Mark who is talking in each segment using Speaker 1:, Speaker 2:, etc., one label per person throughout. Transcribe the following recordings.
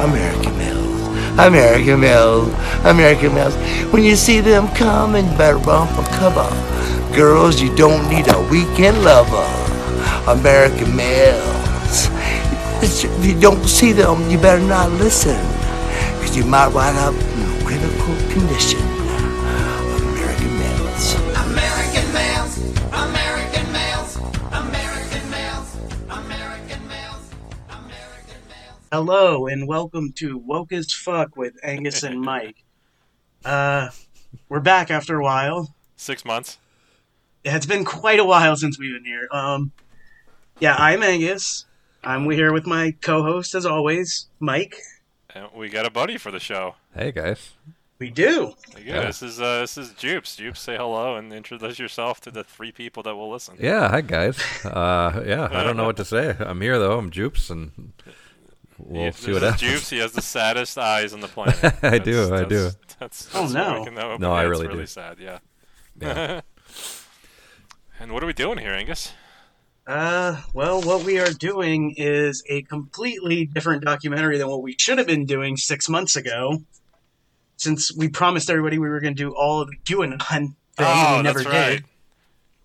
Speaker 1: American Mills, American Mills, American Mills. When you see them coming, better bump a cover. Girls, you don't need a weekend lover. American Mills. It's- If you don't see them, you better not listen, because you might wind up in critical condition. American Mills.
Speaker 2: American males, American males, American males, American males, American males.
Speaker 3: Hello and welcome to Woke as Fuck with Angus and Mike. Uh, we're back after a while.
Speaker 4: Six months.
Speaker 3: Yeah, It's been quite a while since we've been here. Um, yeah, I'm Angus. I'm here with my co-host, as always, Mike.
Speaker 4: And we got a buddy for the show.
Speaker 5: Hey guys.
Speaker 3: We do.
Speaker 4: Like, Yeah, this is uh, this is Jupes. Jupes, say hello and introduce yourself to the three people that will listen.
Speaker 5: Yeah, hi guys. Uh, yeah, I don't know what to say. I'm here though. I'm Jupes, and we'll
Speaker 4: He-
Speaker 5: see
Speaker 4: this
Speaker 5: what
Speaker 4: is
Speaker 5: happens.
Speaker 4: Jupes. He has the saddest eyes on the planet.
Speaker 5: I do, I do.
Speaker 4: That's, that's,
Speaker 3: Oh,
Speaker 4: that's all
Speaker 3: no.
Speaker 4: I can know,
Speaker 5: No,
Speaker 4: but
Speaker 5: I
Speaker 4: it's
Speaker 5: really
Speaker 4: really
Speaker 5: do.
Speaker 4: sad. Yeah.
Speaker 5: Yeah.
Speaker 4: and what are we doing here, Angus?
Speaker 3: Uh, well, what we are doing is a completely different documentary than what we should have been doing six months ago, since we promised everybody we were going to do all of the QAnon thing.
Speaker 4: oh,
Speaker 3: we never
Speaker 4: that's right.
Speaker 3: did.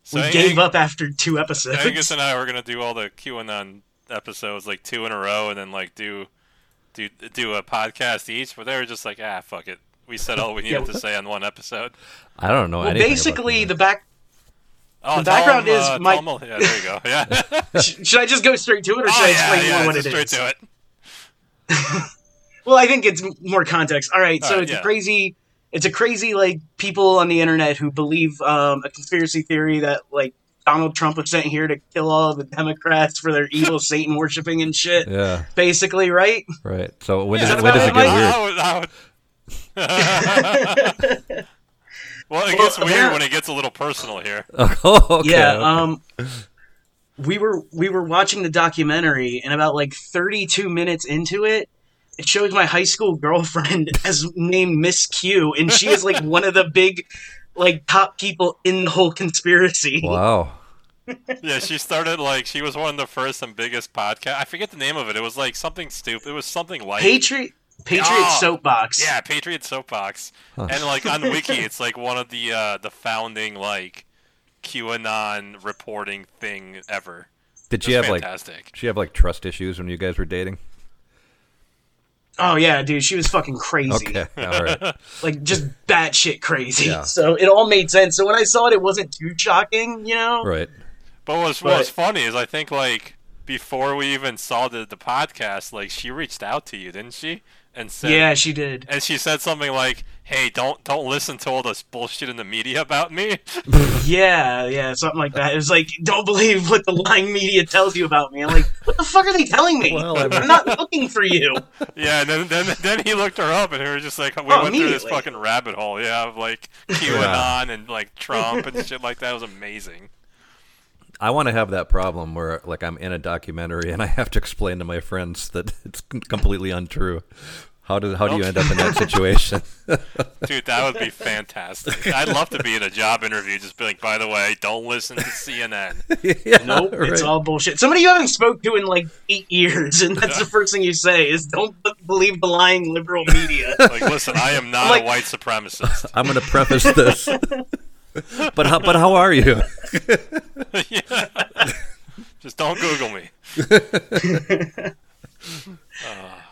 Speaker 4: So
Speaker 3: we
Speaker 4: Ang-
Speaker 3: gave up after two episodes.
Speaker 4: Angus and I were gonna do all the QAnon episodes like two in a row, and then like do do do a podcast each. But they were just like, ah, fuck it. We said all we needed to say on one episode.
Speaker 5: I don't know
Speaker 3: well,
Speaker 5: anything. about
Speaker 3: basically,
Speaker 5: QAnon.
Speaker 3: the back.
Speaker 4: Oh,
Speaker 3: The
Speaker 4: tell 'em,
Speaker 3: background is
Speaker 4: uh,
Speaker 3: my-
Speaker 4: tell 'em- Yeah, there you go. Yeah. Oh,
Speaker 3: Sh- should I just go straight to it, or should I explain more what
Speaker 4: just
Speaker 3: it is?
Speaker 4: straight to it.
Speaker 3: Well, I think it's m- more context. All right, so
Speaker 4: Alright,
Speaker 3: it's a
Speaker 4: yeah.
Speaker 3: crazy, it's a crazy like people on the internet who believe um, a conspiracy theory that like Donald Trump was sent here to kill all the Democrats for their evil Satan worshiping and shit.
Speaker 5: yeah,
Speaker 3: Basically, right?
Speaker 5: right. So when
Speaker 4: Yeah,
Speaker 5: does
Speaker 3: that's
Speaker 5: it, when
Speaker 3: about
Speaker 5: does it
Speaker 3: it,
Speaker 5: get
Speaker 3: Mike.
Speaker 4: Oh,
Speaker 5: weird?
Speaker 4: that would- well, it gets weird
Speaker 3: apparent-
Speaker 4: when it gets a little personal here.
Speaker 5: Oh, okay.
Speaker 3: yeah.
Speaker 5: okay.
Speaker 3: Um, we were we were watching the documentary, and about like 32 minutes into it. It shows my high school girlfriend as named Miss Q, and she is like one of the big, like top people in the whole conspiracy.
Speaker 5: wow.
Speaker 4: Yeah, she started like she was one of the first and biggest podcast. I forget the name of it. It was like something stupid. It was something like
Speaker 3: Patriot Patriot
Speaker 4: Oh,
Speaker 3: soapbox.
Speaker 4: yeah, Patriot Soapbox. And like on Wiki, it's like one of the uh, the founding like QAnon reporting thing ever.
Speaker 5: Did
Speaker 4: It's
Speaker 5: she have like
Speaker 4: fantastic.
Speaker 5: she have like trust issues when you guys were dating?
Speaker 3: Oh yeah, dude, she was fucking crazy.
Speaker 5: Okay. All right.
Speaker 3: Like just batshit crazy.
Speaker 5: Yeah.
Speaker 3: So it all made sense. So when I saw it, it wasn't too shocking, you know.
Speaker 5: Right.
Speaker 4: But what's, what was
Speaker 3: But-
Speaker 4: funny is I think like before we even saw the the podcast, like she reached out to you, didn't she? And said,
Speaker 3: Yeah, she did.
Speaker 4: and she said something like, "Hey, don't don't listen to all this bullshit in the media about me."
Speaker 3: Yeah, yeah, something like that. It was like, don't believe what the lying media tells you about me. I'm like, what the fuck are they telling me?
Speaker 5: Well, I
Speaker 3: I
Speaker 5: mean-
Speaker 3: am not looking for you.
Speaker 4: yeah, and then, then then he looked her up, and we were just like, we
Speaker 3: Oh,
Speaker 4: went through this
Speaker 3: immediately.
Speaker 4: fucking rabbit hole, yeah, of like QAnon and like Trump and shit like that. It was amazing.
Speaker 5: I want to have that problem where like I'm in a documentary and I have to explain to my friends that it's completely untrue. How do how do you end up in that situation?
Speaker 4: Dude, that would be fantastic. I'd love to be in a job interview, just be like, by the way, don't listen to CNN.
Speaker 5: yeah,
Speaker 3: Nope, it's
Speaker 5: right.
Speaker 3: all bullshit. Somebody you haven't spoke to in like eight years, and that's the first thing you say is don't b- believe the lying liberal media.
Speaker 4: Like, listen, I am not
Speaker 3: Like-
Speaker 4: a white supremacist.
Speaker 5: I'm going to preface this. but how, but how are you?
Speaker 4: yeah. Just don't Google me.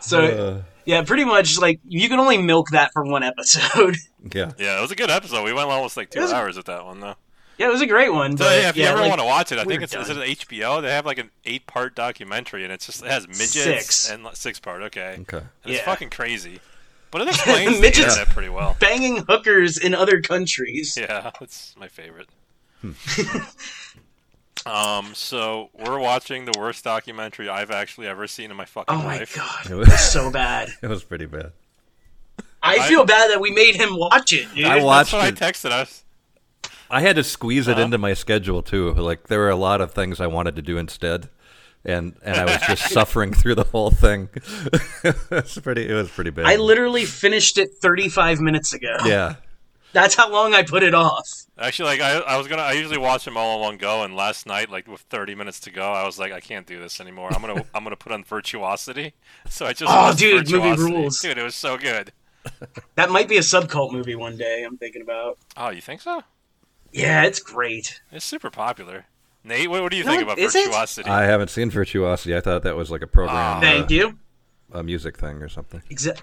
Speaker 3: So
Speaker 5: Uh.
Speaker 3: yeah, pretty much like you can only milk that for one episode.
Speaker 5: yeah.
Speaker 4: Yeah, it was a good episode. We went almost like two
Speaker 3: was-
Speaker 4: hours with that one, though.
Speaker 3: yeah, it was a great one.
Speaker 4: So,
Speaker 3: But,
Speaker 4: Oh, yeah, if you ever
Speaker 3: like,
Speaker 4: want to watch it, I think
Speaker 3: we're
Speaker 4: it's is it HBO? They have like an eight-part documentary, and it's just it has midgets
Speaker 3: Six.
Speaker 4: and like, six-part. Okay, and
Speaker 5: Okay.
Speaker 4: it's
Speaker 3: Yeah.
Speaker 4: fucking crazy, but it explains the
Speaker 3: Midgets-
Speaker 4: internet pretty well.
Speaker 3: banging hookers in other countries.
Speaker 4: Yeah, that's my favorite.
Speaker 3: Hmm.
Speaker 4: um, so we're watching the worst documentary I've actually ever seen in my fucking
Speaker 3: Oh my
Speaker 4: life.
Speaker 3: god,
Speaker 5: It was,
Speaker 3: so bad.
Speaker 5: it was pretty bad.
Speaker 3: I feel bad that we made him watch it. Dude.
Speaker 5: I
Speaker 4: That's
Speaker 5: watched
Speaker 4: what I
Speaker 5: it.
Speaker 4: texted us.
Speaker 5: I had to squeeze it into my schedule too. Like there were a lot of things I wanted to do instead. And and I was just suffering through the whole thing. it was pretty it was pretty bad.
Speaker 3: I literally finished it 35 minutes ago.
Speaker 5: Yeah.
Speaker 3: That's how long I put it off.
Speaker 4: Actually, like I, I was gonna, I usually watch them all in one go, and last night, like with 30 minutes to go, I was like, I can't do this anymore. I'm gonna, I'm gonna put on Virtuosity. So I just,
Speaker 3: Oh,
Speaker 4: watched
Speaker 3: dude, movie
Speaker 4: Virtuosity.
Speaker 3: rules.
Speaker 4: dude. It was so good.
Speaker 3: That might be a subcult movie one day. I'm thinking about.
Speaker 4: Oh, you think so?
Speaker 3: Yeah, it's great.
Speaker 4: It's super popular. Nate, what, what do you
Speaker 3: No,
Speaker 4: think about
Speaker 3: is it?
Speaker 4: Virtuosity?
Speaker 5: I haven't seen Virtuosity. I thought that was like a program, uh,
Speaker 3: Thank you.
Speaker 5: a music thing or something.
Speaker 3: Exa-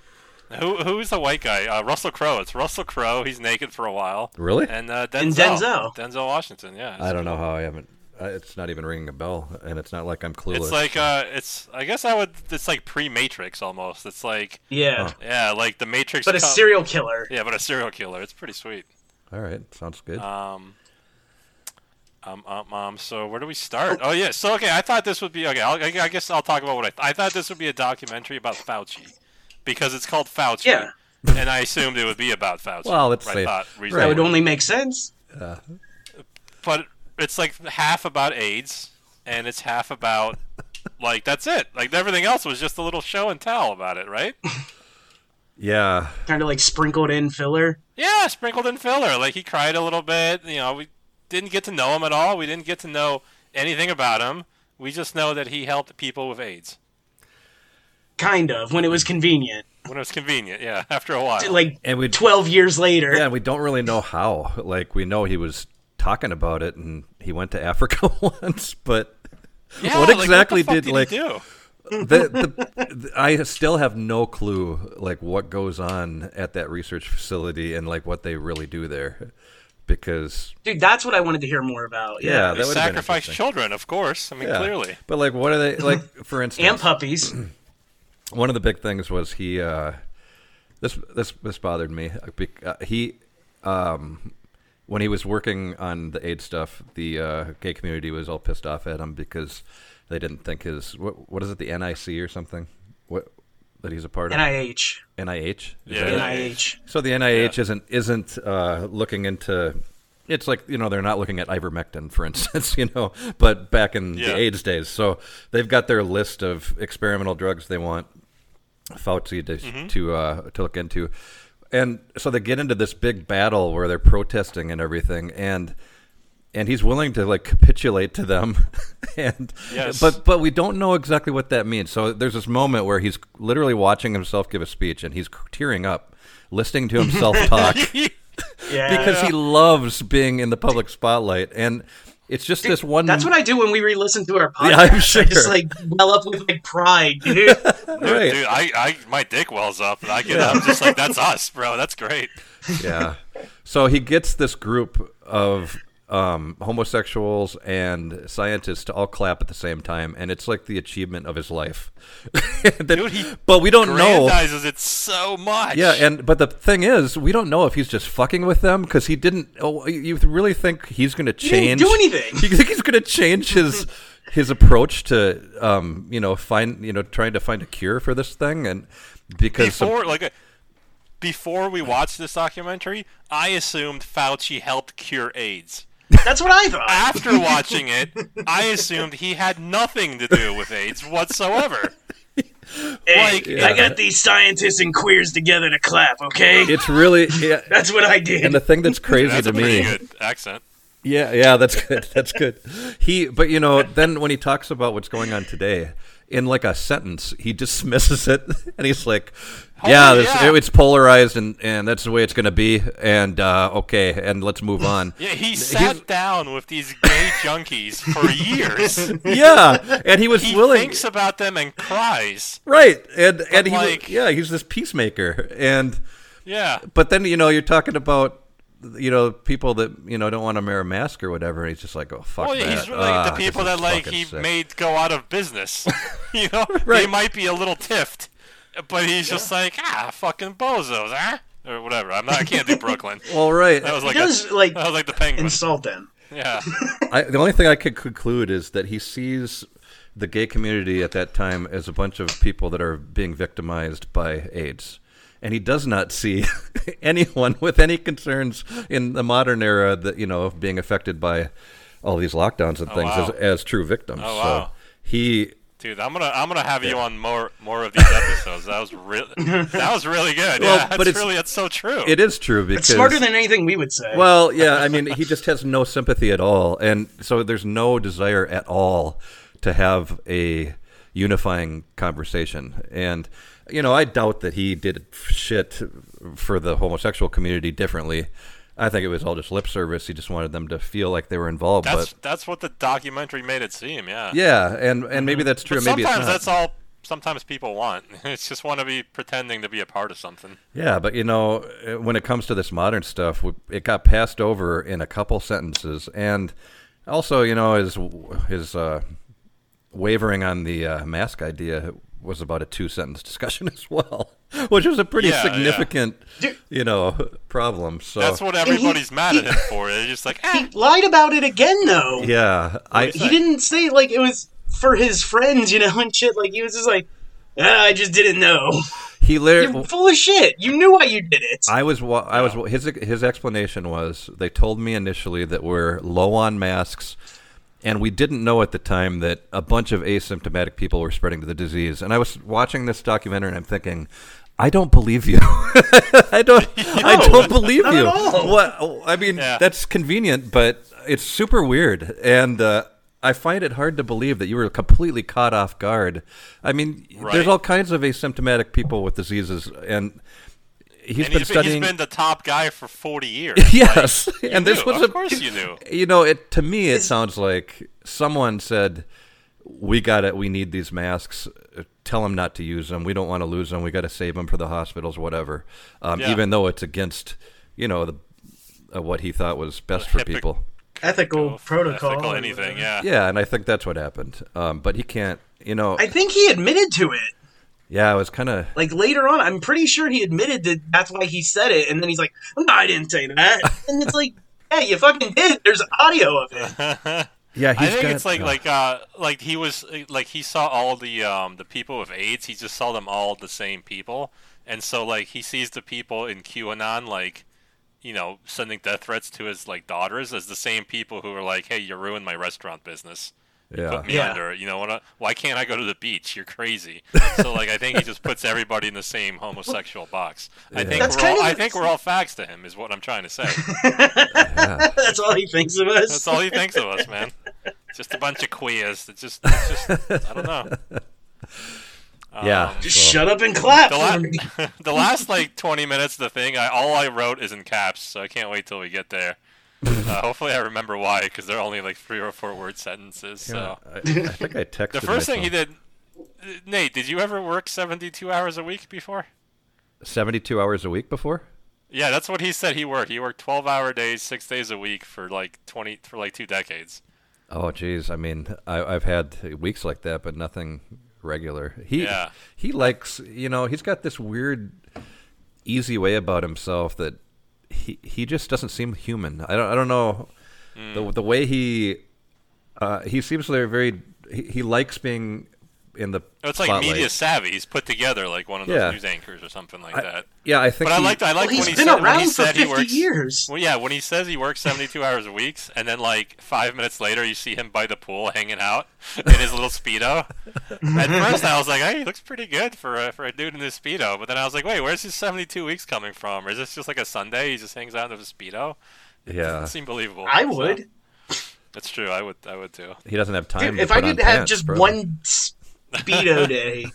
Speaker 4: Who, who's the white guy? Uh, Russell Crowe. It's Russell Crowe. He's naked for a while.
Speaker 5: Really?
Speaker 4: And uh, Denzel.
Speaker 3: And Denzel.
Speaker 4: Washington. Yeah.
Speaker 5: I don't know how I haven't. I- It's not even ringing a bell, and it's not like I'm clueless.
Speaker 4: It's like uh, it's. I guess I would. It's like pre-Matrix almost. It's like
Speaker 5: uh.
Speaker 3: yeah,
Speaker 4: yeah, like the Matrix.
Speaker 3: but a
Speaker 4: co-
Speaker 3: serial killer.
Speaker 4: Yeah, but a serial killer. It's pretty sweet.
Speaker 5: All right, sounds good.
Speaker 4: Um, um, um, um, so where do we start? Oh yeah, so okay, I thought this would be okay. I'll, I I guess I'll talk about what I. I thought this would be a documentary about Fauci, because it's called Fauci.
Speaker 3: Yeah.
Speaker 4: And I assumed it would be about Fauci.
Speaker 5: Well, let's
Speaker 4: I
Speaker 5: say-
Speaker 4: thought
Speaker 5: right.
Speaker 3: That
Speaker 4: reasonably.
Speaker 3: would only make sense.
Speaker 4: But it's like half about AIDS, and it's half about like that's it. Like everything else was just a little show and tell about it, right?
Speaker 5: yeah,
Speaker 3: Kind of like sprinkled in filler.
Speaker 4: Yeah, sprinkled in filler. Like he cried a little bit. You know, we didn't get to know him at all. We didn't get to know anything about him. We just know that he helped people with AIDS
Speaker 3: Kind of when it was convenient.
Speaker 4: when it was convenient. Yeah, after a while.
Speaker 3: Like
Speaker 5: and we
Speaker 3: twelve years later.
Speaker 5: yeah, we don't really know how. Like we know he was talking about it, and he went to Africa once, but
Speaker 4: Yeah,
Speaker 5: what
Speaker 4: like,
Speaker 5: exactly
Speaker 4: the fuck
Speaker 5: did,
Speaker 4: he
Speaker 5: like-
Speaker 4: do?
Speaker 5: the, the, the- I still have no clue like what goes on at that research facility and like what they really do there, because
Speaker 3: Dude, that's what I wanted to hear more about.
Speaker 5: yeah,
Speaker 4: They
Speaker 5: that would have been
Speaker 4: sacrificed
Speaker 5: interesting.
Speaker 4: children, of course. I mean,
Speaker 5: Yeah.
Speaker 4: clearly.
Speaker 5: But like, what are they like? For instance,
Speaker 3: And puppies.
Speaker 5: one of the big things was he. Uh, this this this bothered me. uh, bec- uh, He, um, when he was working on the AIDS stuff, the uh, gay community was all pissed off at him because they didn't think his what what is it the NIC or something what that he's a part of
Speaker 3: NIH.
Speaker 5: NIH Is
Speaker 4: Yeah.
Speaker 5: that it?
Speaker 3: NIH.
Speaker 5: So the NIH isn't isn't uh, looking into. It's like you know they're not looking at ivermectin, for instance, you know. But back in
Speaker 4: Yeah.
Speaker 5: the AIDS days, so they've got their list of experimental drugs they want Fauci to to, uh, to look into, and so they get into this big battle where they're protesting and everything, and and he's willing to like capitulate to them and
Speaker 4: Yes.
Speaker 5: but but we don't know exactly what that means so there's this moment where he's literally watching himself give a speech and he's tearing up listening to himself talk
Speaker 3: Yeah.
Speaker 5: because he loves being in the public spotlight and it's just this one
Speaker 3: that's what I do when we re-listen to our podcast.
Speaker 5: Yeah, I'm
Speaker 3: I just
Speaker 5: sure.
Speaker 3: like well up with like pride, dude.
Speaker 4: Dude,
Speaker 5: Right.
Speaker 4: dude, I, I, my dick wells up, and I get up just like that's us, bro. That's great.
Speaker 5: yeah. So he gets this group of um, homosexuals and scientists to all clap at the same time, and it's like the achievement of his life. That-
Speaker 4: Dude, he
Speaker 5: but we don't know.
Speaker 4: Grandizes it so much.
Speaker 5: Yeah, and but the thing is, we don't know if he's just fucking with them because he didn't. Oh, you you really think he's going to
Speaker 3: didn't
Speaker 5: change?
Speaker 3: do anything.
Speaker 5: You think he's going to change his his approach to um, you know, find you know, trying to find a cure for this thing, and because some-
Speaker 4: before like uh, before we watched this documentary, I assumed Fauci helped cure AIDS.
Speaker 3: That's what I thought.
Speaker 4: After watching it, I assumed he had nothing to do with AIDS whatsoever.
Speaker 3: Hey,
Speaker 4: Like,
Speaker 3: I got these scientists and queers together to clap, okay?
Speaker 5: it's really. Yeah,
Speaker 3: That's what I did.
Speaker 5: and the thing that's crazy
Speaker 4: That's
Speaker 5: to
Speaker 4: a pretty
Speaker 5: me
Speaker 4: good accent.
Speaker 5: Yeah, yeah, that's good. That's good. He, but you know, then when he talks about what's going on today, in like a sentence, he dismisses it, and he's like, "Yeah, this,
Speaker 4: Oh, yeah.
Speaker 5: it's polarized, and and that's the way it's going to be, and uh, okay, and let's move on."
Speaker 4: Yeah, he sat down with these gay junkies for years.
Speaker 5: yeah, and he was
Speaker 4: He
Speaker 5: willing,
Speaker 4: thinks about them and cries.
Speaker 5: right? And and he, was-
Speaker 4: like-
Speaker 5: yeah, he's this peacemaker, and
Speaker 4: Yeah.
Speaker 5: but then you know, you're talking about. You know, people that you know don't want to wear a mask or whatever. And he's just like, "Oh fuck
Speaker 4: Well, yeah,
Speaker 5: that."
Speaker 4: he's really
Speaker 5: Ah,
Speaker 4: the
Speaker 5: this
Speaker 4: people
Speaker 5: is
Speaker 4: that like
Speaker 5: fucking
Speaker 4: he
Speaker 5: sick."
Speaker 4: made go out of business. you know, they
Speaker 5: Right.
Speaker 4: might be a little tiffed, but he's just like ah, fucking bozos, huh? Or whatever. I'm not. I can't do Brooklyn.
Speaker 5: Well, right.
Speaker 4: That was like
Speaker 3: does,
Speaker 4: a,
Speaker 3: like,
Speaker 4: that was like the penguin.
Speaker 3: Insult them.
Speaker 4: Yeah,
Speaker 5: I, the only thing I could conclude is that he sees the gay community at that time as a bunch of people that are being victimized by AIDS. And he does not see anyone with any concerns in the modern era that, you know, of being affected by all these lockdowns and things
Speaker 4: Oh, wow.
Speaker 5: as, as true victims.
Speaker 4: Oh, wow.
Speaker 5: So he
Speaker 4: Dude, I'm gonna I'm gonna have you on more more of these episodes. That was really that was really good.
Speaker 5: Well,
Speaker 4: yeah,
Speaker 5: but
Speaker 4: it's
Speaker 5: it's-
Speaker 4: really that's so true.
Speaker 5: It is true because
Speaker 3: It's smarter than anything we would say.
Speaker 5: Well, yeah, I mean, he just has no sympathy at all, and so there's no desire at all to have a unifying conversation. And you know, I doubt that he did shit for the homosexual community differently. I think it was all just lip service. He just wanted them to feel like they were involved.
Speaker 4: that's
Speaker 5: but
Speaker 4: that's what the documentary made it seem. Yeah.
Speaker 5: yeah, and and maybe that's true.
Speaker 4: Mm-hmm. But
Speaker 5: maybe it's
Speaker 4: sometimes
Speaker 5: not.
Speaker 4: that's all. Sometimes people want. It's just want to be pretending to be a part of something.
Speaker 5: Yeah, but you know, uh, when it comes to this modern stuff, we- it got passed over in a couple sentences, and also, you know, his his uh, wavering on the uh, mask idea was about a two sentence discussion as well, which was a pretty
Speaker 4: Yeah, yeah.
Speaker 5: significant, you know, problem. So
Speaker 4: That's what
Speaker 3: he-
Speaker 4: everybody's mad at
Speaker 3: he-
Speaker 4: him for. They're just like,
Speaker 3: he
Speaker 4: eh.
Speaker 3: lied about it again, though.
Speaker 5: yeah, I
Speaker 3: He didn't say like it was for his friends, you know, and shit. Like he was just like, ah, I just didn't know.
Speaker 5: he
Speaker 3: You're
Speaker 5: literally.
Speaker 3: full of shit. You knew why you did it.
Speaker 5: I was wa- I was wa- his his explanation was they told me initially that we're low on masks and we didn't know at the time that a bunch of asymptomatic people were spreading the disease and I was watching this documentary and I'm thinking I don't believe you. I don't. I don't believe
Speaker 3: not
Speaker 5: you.
Speaker 3: at all.
Speaker 5: What? I mean,
Speaker 4: Yeah.
Speaker 5: that's convenient, but it's super weird, and uh, I find it hard to believe that you were completely caught off guard. I mean,
Speaker 4: Right.
Speaker 5: there's all kinds of asymptomatic people with diseases, and
Speaker 4: and
Speaker 5: he's been
Speaker 4: he's, been-
Speaker 5: studying.
Speaker 4: he's been the top guy for 40 years.
Speaker 5: Yes, and this
Speaker 4: knew.
Speaker 5: was
Speaker 4: Of
Speaker 5: a,
Speaker 4: course you knew.
Speaker 5: You know, it to me it sounds like someone said, "We got it. We need these masks. Uh, Tell them not to use them. We don't want to lose them. We got to save them for the hospitals, whatever." Um,
Speaker 4: Yeah.
Speaker 5: Even though it's against, you know, the uh, what he thought was best for
Speaker 4: Hypoc-
Speaker 5: people.
Speaker 3: ethical
Speaker 4: Ethical,
Speaker 3: protocol.
Speaker 4: ethical,
Speaker 3: or
Speaker 4: anything.
Speaker 3: whatever.
Speaker 4: Yeah.
Speaker 5: Yeah, and I think that's what happened. Um, but he can't. You know,
Speaker 3: I think he admitted to it.
Speaker 5: yeah, it was kind of.
Speaker 3: Like later on, I'm pretty sure he admitted that that's why he said it, and then he's like, "No, I didn't say that." And it's like, "Yeah, you fucking did." There's audio of it.
Speaker 5: Yeah, he's
Speaker 4: I think
Speaker 5: got-
Speaker 4: it's like
Speaker 5: uh,
Speaker 4: like uh like he was like he saw all the um the people with AIDS. He just saw them all the same people, and so like he sees the people in QAnon like. You know, sending death threats to his like daughters as the same people who are like, "Hey, you ruined my restaurant business.
Speaker 5: yeah.
Speaker 4: Put me
Speaker 3: Yeah.
Speaker 4: under. You know what? Why can't I go to the beach? You're crazy." so like, I think he just puts everybody in the same homosexual box. I think
Speaker 3: That's
Speaker 4: we're
Speaker 3: kind
Speaker 4: all,
Speaker 3: of-
Speaker 4: I think we're all facts to him, is what I'm trying to say.
Speaker 3: That's all he thinks of us.
Speaker 4: That's all he thinks of us, man. Just a bunch of queers. It's just, it's just I don't know. um,
Speaker 5: yeah.
Speaker 3: Just
Speaker 5: so-
Speaker 3: shut up and clap.
Speaker 4: The,
Speaker 3: for me.
Speaker 4: la- the last like 20 minutes of the thing, I, all I wrote is in caps, so I can't wait till we get there. Uh, hopefully, I remember why, because they're only like three or four word sentences. So
Speaker 5: I, I think I texted.
Speaker 4: the first thing he
Speaker 5: myself.
Speaker 4: did, Nate, did you ever work 72 hours a week before?
Speaker 5: Seventy-two hours a week before.
Speaker 4: Yeah, that's what he said he worked. He worked 12 hour days, six days a week for like 20 for like two decades.
Speaker 5: Oh, geez. I mean, I, I've had weeks like that, but nothing regular. He
Speaker 4: Yeah.
Speaker 5: he likes, you know, he's got this weird, easy way about himself that he he just doesn't seem human. I don't I don't know
Speaker 4: Hmm.
Speaker 5: the the way he uh, he seems like a very he, he likes being in the
Speaker 4: Oh, It's like
Speaker 5: spotlight.
Speaker 4: media savvy. He's put together like one of those
Speaker 5: Yeah.
Speaker 4: news anchors or something like
Speaker 5: I-
Speaker 4: that.
Speaker 5: yeah, I think.
Speaker 4: But I
Speaker 5: he-
Speaker 4: liked I liked
Speaker 3: Well,
Speaker 4: when
Speaker 3: he's
Speaker 4: he
Speaker 3: been
Speaker 4: said, when
Speaker 3: around
Speaker 4: he
Speaker 3: for
Speaker 4: said he
Speaker 3: 50
Speaker 4: works,
Speaker 3: years.
Speaker 4: Well, yeah, when he says he works 72 hours a week, and then like five minutes later, you see him by the pool hanging out in his little speedo. At first, I was like, "Hey, he looks pretty good for a, for a dude in his speedo." But then I was like, "Wait, where's his 72 weeks coming from? Or is this just like a Sunday? He just hangs out in his speedo."
Speaker 5: Yeah,
Speaker 4: Doesn't seem believable.
Speaker 3: I
Speaker 4: so-
Speaker 3: would.
Speaker 4: That's true. I would. I would too.
Speaker 5: he doesn't have
Speaker 3: Dude,
Speaker 5: time. to
Speaker 3: if I
Speaker 5: put on
Speaker 3: could have
Speaker 5: pants,
Speaker 3: just
Speaker 5: probably.
Speaker 3: one speedo day,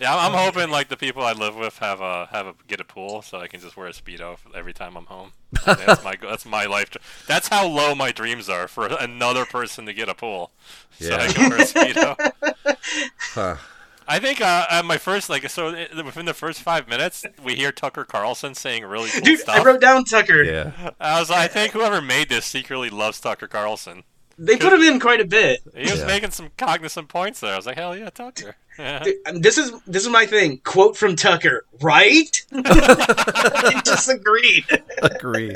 Speaker 4: Yeah, I'm, I'm hoping like the people I live with have a have a get a pool, so I can just wear a speedo f- every time I'm home. I think that's my go- that's my life. dr- That's how low my dreams are for another person to get a pool, so I
Speaker 5: Yeah.
Speaker 4: can wear a speedo.
Speaker 5: Huh.
Speaker 4: I think uh, at my first like so i- within the first five minutes, we hear Tucker Carlson saying really cool
Speaker 3: dude,
Speaker 4: stuff.
Speaker 3: I wrote down Tucker.
Speaker 5: Yeah,
Speaker 4: I was like, I think whoever made this secretly loves Tucker Carlson.
Speaker 3: They put him in quite a bit.
Speaker 4: He was
Speaker 5: Yeah.
Speaker 4: making some cognizant points there. I was like, hell yeah, Tucker. Yeah.
Speaker 3: Dude, um, This is this is my thing. Quote from Tucker, right? I disagreed.
Speaker 5: agree.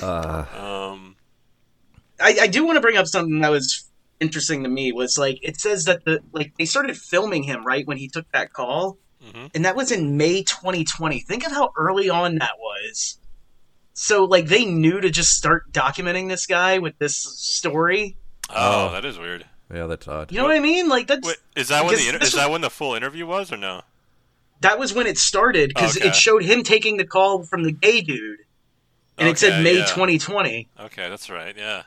Speaker 4: Um,
Speaker 3: I, I do want to bring up something that was interesting to me was like it says that the like they started filming him right when he took that call,
Speaker 4: Mm-hmm.
Speaker 3: and that was in May 2020. Think of how early on that was. So like they knew to just start documenting this guy with this story.
Speaker 4: Oh, that is weird.
Speaker 5: Yeah, that's odd.
Speaker 3: You know what I mean? Like that's
Speaker 4: Wait, is that when
Speaker 3: Because
Speaker 4: the inter-
Speaker 3: this
Speaker 4: is
Speaker 3: was-
Speaker 4: that when the full interview was or no?
Speaker 3: that was when it started because
Speaker 4: Okay.
Speaker 3: it showed him taking the call from the gay dude, and it said
Speaker 4: Okay,
Speaker 3: May
Speaker 4: yeah.
Speaker 3: 2020.
Speaker 4: Okay, that's right. Yeah.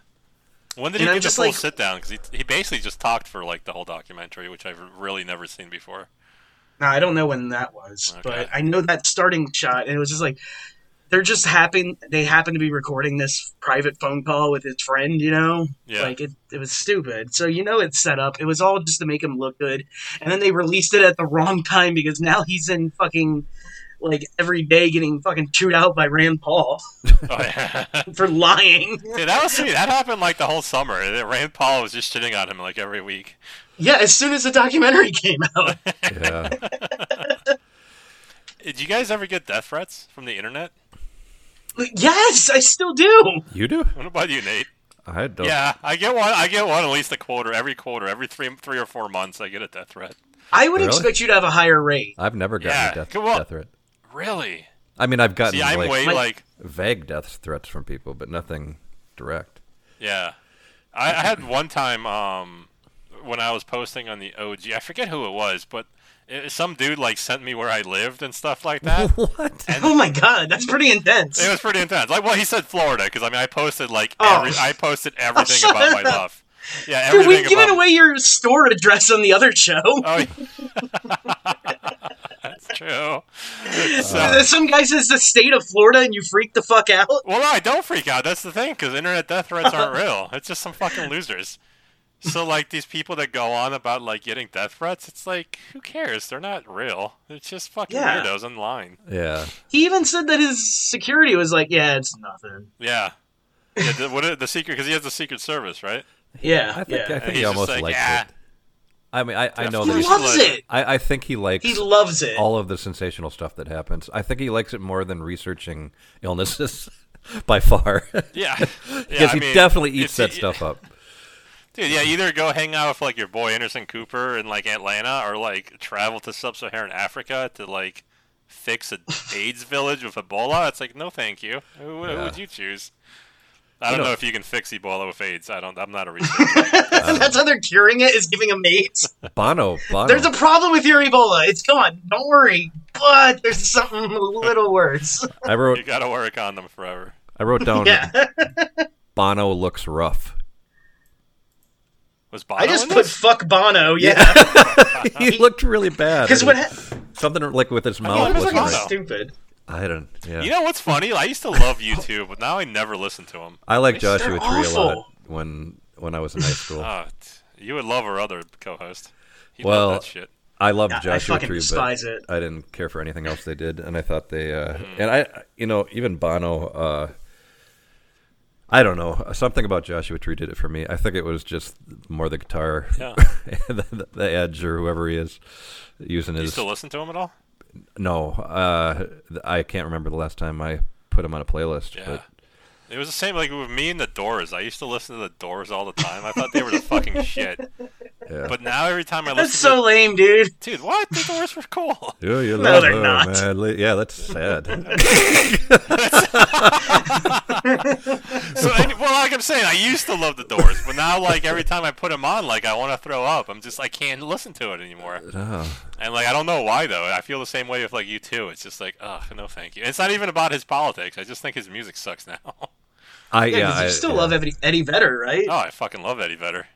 Speaker 4: When did
Speaker 3: And
Speaker 4: he
Speaker 3: I'm
Speaker 4: get the
Speaker 3: just
Speaker 4: full
Speaker 3: like-
Speaker 4: sit down? Because he, he basically just talked for like the whole documentary, which I've really never seen before.
Speaker 3: Now I don't know when that was,
Speaker 4: Okay.
Speaker 3: but I know that starting shot, and it was just like they're just happen they happen to be recording this private phone call with his friend, you know?
Speaker 4: Yeah.
Speaker 3: Like it, it was stupid. So you know it's set up. It was all just to make him look good. And then they released it at the wrong time because now he's in fucking like every day getting fucking chewed out by Rand Paul
Speaker 4: Oh yeah.
Speaker 3: for lying.
Speaker 4: yeah, that was sweet. That happened like the whole summer. Rand Paul was just shitting on him like every week.
Speaker 3: Yeah, as soon as the documentary came out.
Speaker 5: Yeah.
Speaker 4: Did you guys ever get death threats from the internet?
Speaker 3: Like, yes, I still do.
Speaker 5: You do?
Speaker 4: What about you, Nate?
Speaker 5: I don't.
Speaker 4: Yeah, I get one. I get one at least a quarter every quarter, every three three or four months. I get a death threat.
Speaker 3: I would
Speaker 5: Really?
Speaker 3: expect you to have a higher rate.
Speaker 5: I've never gotten
Speaker 4: Yeah,
Speaker 5: a death,
Speaker 4: come on.
Speaker 5: death threat.
Speaker 4: Really?
Speaker 5: I mean, I've gotten
Speaker 4: See, I'm
Speaker 5: like
Speaker 4: way
Speaker 3: My-
Speaker 4: like
Speaker 5: vague death threats from people, but nothing direct.
Speaker 4: Yeah, I, I had one time um, when I was posting on the OG. I forget who it was, but it, some dude like sent me where I lived and stuff like that.
Speaker 5: what?
Speaker 3: Oh my god, that's pretty intense.
Speaker 4: it was pretty intense. Like, well, he said Florida because I mean, I posted like
Speaker 3: Oh.
Speaker 4: every, I posted everything
Speaker 3: shut
Speaker 4: about my
Speaker 3: up.
Speaker 4: life. Yeah,
Speaker 3: Dude,
Speaker 4: everything
Speaker 3: we've given
Speaker 4: about.
Speaker 3: away your store address on the other show.
Speaker 4: Oh, yeah. that's true. So,
Speaker 3: Some guy says the state of Florida and you freak the fuck out.
Speaker 4: Well, no, I don't freak out. That's the thing, because internet death threats aren't real. It's just some fucking losers. So, like, these people that go on about, like, getting death threats, it's like, who cares? They're not real. It's just fucking
Speaker 3: Yeah.
Speaker 4: weirdos online.
Speaker 5: Yeah.
Speaker 3: He even said that his security was like, yeah, it's nothing.
Speaker 4: Yeah. yeah the, what are- the secret, because he has the Secret Service, right?
Speaker 3: Yeah.
Speaker 5: I think
Speaker 3: yeah.
Speaker 5: I think
Speaker 4: He's
Speaker 5: he
Speaker 4: just
Speaker 5: almost
Speaker 4: like,
Speaker 5: liked
Speaker 4: "Ah."
Speaker 5: it. I mean, I, I know
Speaker 4: He
Speaker 5: that
Speaker 3: he
Speaker 5: he's,
Speaker 4: just
Speaker 3: loves
Speaker 4: like-
Speaker 3: it.
Speaker 5: I, I think he likes
Speaker 3: He loves it.
Speaker 5: all of the sensational stuff that happens. I think he likes it more than researching illnesses by far.
Speaker 4: Yeah. yeah
Speaker 5: Because
Speaker 4: I
Speaker 5: he
Speaker 4: mean,
Speaker 5: definitely
Speaker 4: it's-
Speaker 5: eats that
Speaker 4: it-
Speaker 5: stuff up.
Speaker 4: Dude, yeah, either go hang out with, like, your boy Anderson Cooper in, like, Atlanta or, like, travel to sub Saharan Africa to, like, fix an AIDS village with Ebola. It's like, no, thank you. Who, who
Speaker 5: Yeah.
Speaker 4: would you choose? I don't
Speaker 5: know-
Speaker 4: know if you can fix Ebola with AIDS. I don't. I'm not a researcher.
Speaker 3: that's how they're curing it is giving him mates.
Speaker 5: Bono, Bono.
Speaker 3: There's a problem with your Ebola. It's gone. Don't worry. But there's something a little worse.
Speaker 5: I wrote
Speaker 4: you gotta work on them forever.
Speaker 5: I wrote down
Speaker 3: Yeah.
Speaker 5: Bono looks rough.
Speaker 4: Was Bono
Speaker 3: I just
Speaker 4: in
Speaker 3: put
Speaker 4: this?
Speaker 3: fuck Bono. Yeah.
Speaker 5: he looked really bad.
Speaker 3: Because what ha-
Speaker 5: something like with his
Speaker 4: Uh-huh. thought
Speaker 5: mouth
Speaker 4: it was
Speaker 5: wasn't
Speaker 4: like
Speaker 5: right.
Speaker 4: Bono.
Speaker 3: stupid.
Speaker 5: I don't. Yeah.
Speaker 4: You know what's funny? I used to love YouTube, but now I never listen to him.
Speaker 5: I like
Speaker 3: they're
Speaker 5: Joshua Tree a lot
Speaker 3: awful.
Speaker 5: when when I was in high school.
Speaker 4: Oh, t- you would love our other co-host. He
Speaker 5: Well-
Speaker 4: loved that shit.
Speaker 5: I loved
Speaker 3: I
Speaker 5: Joshua
Speaker 3: fucking
Speaker 5: Tree,
Speaker 3: despise
Speaker 5: but
Speaker 3: it.
Speaker 5: I didn't care for anything else they did, and I thought they uh,
Speaker 4: Hmm.
Speaker 5: and I you know even Bono. Uh, I don't know. Something about Joshua Tree did it for me. I think it was just more the guitar,
Speaker 4: Yeah.
Speaker 5: the, the, the edge or whoever he is using
Speaker 4: You
Speaker 5: his.
Speaker 4: still listen to him at all?
Speaker 5: no, uh, th- I can't remember the last time I put him on a playlist.
Speaker 4: Yeah.
Speaker 5: But
Speaker 4: It was the same like with me and the Doors. I used to listen to the Doors all the time. I thought they were the fucking shit.
Speaker 5: Yeah.
Speaker 4: But now every time I listen,
Speaker 3: That's so lame, dude.
Speaker 4: to, dude, what the Doors were cool.
Speaker 5: Do you
Speaker 3: No,
Speaker 5: love
Speaker 3: they're
Speaker 5: her
Speaker 3: not.
Speaker 5: madly? Yeah, that's sad.
Speaker 4: So, any- well, like I'm saying, I used to love the Doors, but now, like every time I put them on, like I want to throw up. I'm just, I can't listen to it anymore. And like, I don't know why though. I feel the same way with like you too. It's just like, ugh, no, thank you. It's not even about his politics. I just think his music sucks now. oh,
Speaker 5: I
Speaker 3: Yeah,
Speaker 5: yeah,
Speaker 3: 'cause
Speaker 5: I,
Speaker 3: you still
Speaker 5: yeah.
Speaker 3: love Eddie, Eddie Vedder, right?
Speaker 4: I fucking love Eddie Vedder.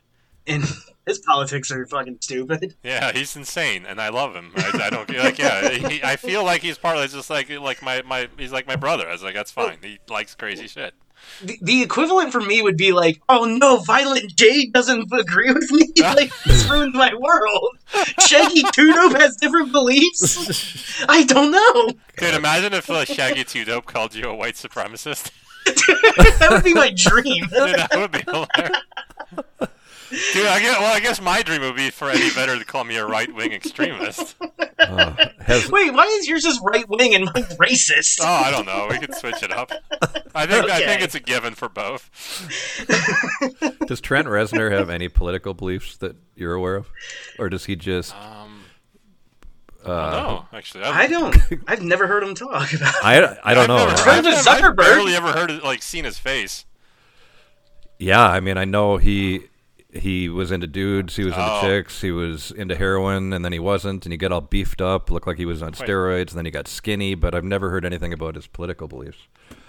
Speaker 3: And his politics are fucking stupid.
Speaker 4: Yeah, he's insane, and I love him. I, I don't like. Yeah, he, I feel like he's part of it's just like like my my. He's like my brother. I was like, that's fine. He likes crazy shit.
Speaker 3: The, the equivalent for me would be like, oh no, Violent J doesn't agree with me. like, this ruins my world. Shaggy Two-Dope has different beliefs. I don't know.
Speaker 4: Dude, imagine if uh, Shaggy Two Dope called you a white supremacist.
Speaker 3: that would be my dream.
Speaker 4: Dude, that would be hilarious. Dude, I guess, well, I guess my dream would be for any better to call me a right wing extremist. Oh,
Speaker 5: Has-
Speaker 3: Wait, why is yours just right wing and mine racist?
Speaker 4: I don't know. We could switch it up. I think I think
Speaker 3: Okay.
Speaker 4: it's a given for both.
Speaker 5: Does Trent Reznor have any political beliefs that you're aware of, or does he just?
Speaker 4: Uh,
Speaker 5: Uh,
Speaker 4: no, actually, I,
Speaker 3: I don't. I've never heard him talk about.
Speaker 5: I, I don't know.
Speaker 4: I've never-
Speaker 5: I-
Speaker 3: Friends with
Speaker 4: I've
Speaker 3: Zuckerberg.
Speaker 4: barely ever heard of, like seen his face.
Speaker 5: yeah, I mean, I know he he was into dudes, he was into
Speaker 4: Oh.
Speaker 5: chicks, he was into heroin, and then he wasn't, and he got all beefed up, looked like he was on steroids, and then he got skinny. But I've never heard anything about his political beliefs.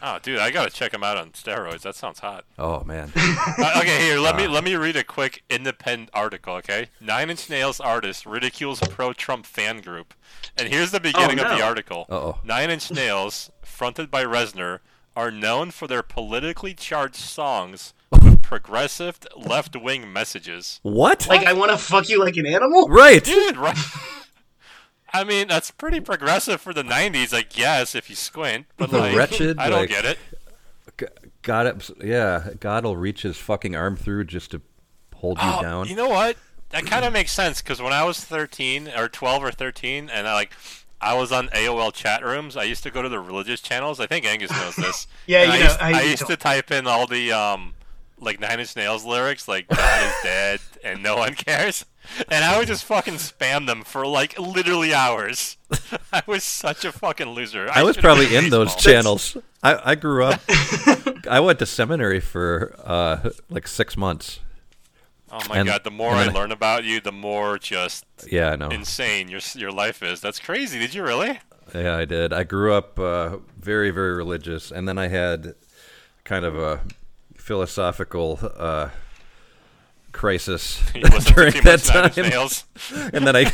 Speaker 4: Oh, dude, I gotta check him out on steroids. That sounds hot.
Speaker 5: Oh man,
Speaker 4: Uh, okay, here let me let me read a quick independent article. Okay, Nine Inch Nails artist ridicules pro-Trump fan group, and here's the beginning of the
Speaker 3: no.
Speaker 4: article.
Speaker 5: Uh-oh.
Speaker 4: Nine Inch Nails, fronted by Reznor, are known for their politically charged songs with progressive left-wing messages.
Speaker 5: what?
Speaker 3: Like I want to fuck you like an animal.
Speaker 5: right?
Speaker 4: Dude, right? I mean, that's pretty progressive for the '90s, I guess, if you squint. But
Speaker 5: The
Speaker 4: like,
Speaker 5: wretched,
Speaker 4: I don't
Speaker 5: like-
Speaker 4: get it.
Speaker 5: G- God, abs- yeah, God will reach his fucking arm through just to hold you
Speaker 4: Oh,
Speaker 5: down.
Speaker 4: You know what? That kind of makes sense because when I was 13 or 12 or 13, and I like, I was on AOL chat rooms. I used to go to the religious channels. I think Angus knows this.
Speaker 3: Yeah,
Speaker 4: And
Speaker 3: you
Speaker 4: I
Speaker 3: know,
Speaker 4: used,
Speaker 3: I-
Speaker 4: I used to type in all the um, like Nine Inch Nails lyrics, like God is dead and no one cares, and I would just fucking spam them for like literally hours. I was such a fucking loser.
Speaker 5: I was
Speaker 4: should've been
Speaker 5: probably in those
Speaker 4: baseball.
Speaker 5: channels. I, I grew up. I went to seminary for uh, like six months.
Speaker 4: Oh my
Speaker 5: and-
Speaker 4: god! The more
Speaker 5: and
Speaker 4: I
Speaker 5: then I-
Speaker 4: learn about you, the more just
Speaker 5: Yeah, I know.
Speaker 4: insane your your life is. That's crazy. Did you really?
Speaker 5: Yeah, I did. I grew up uh, very, very religious, and then I had kind of a philosophical uh, crisis
Speaker 4: You listen to
Speaker 5: during
Speaker 4: too
Speaker 5: that
Speaker 4: much Nine Inch
Speaker 5: time,
Speaker 4: Nails.
Speaker 5: and then I,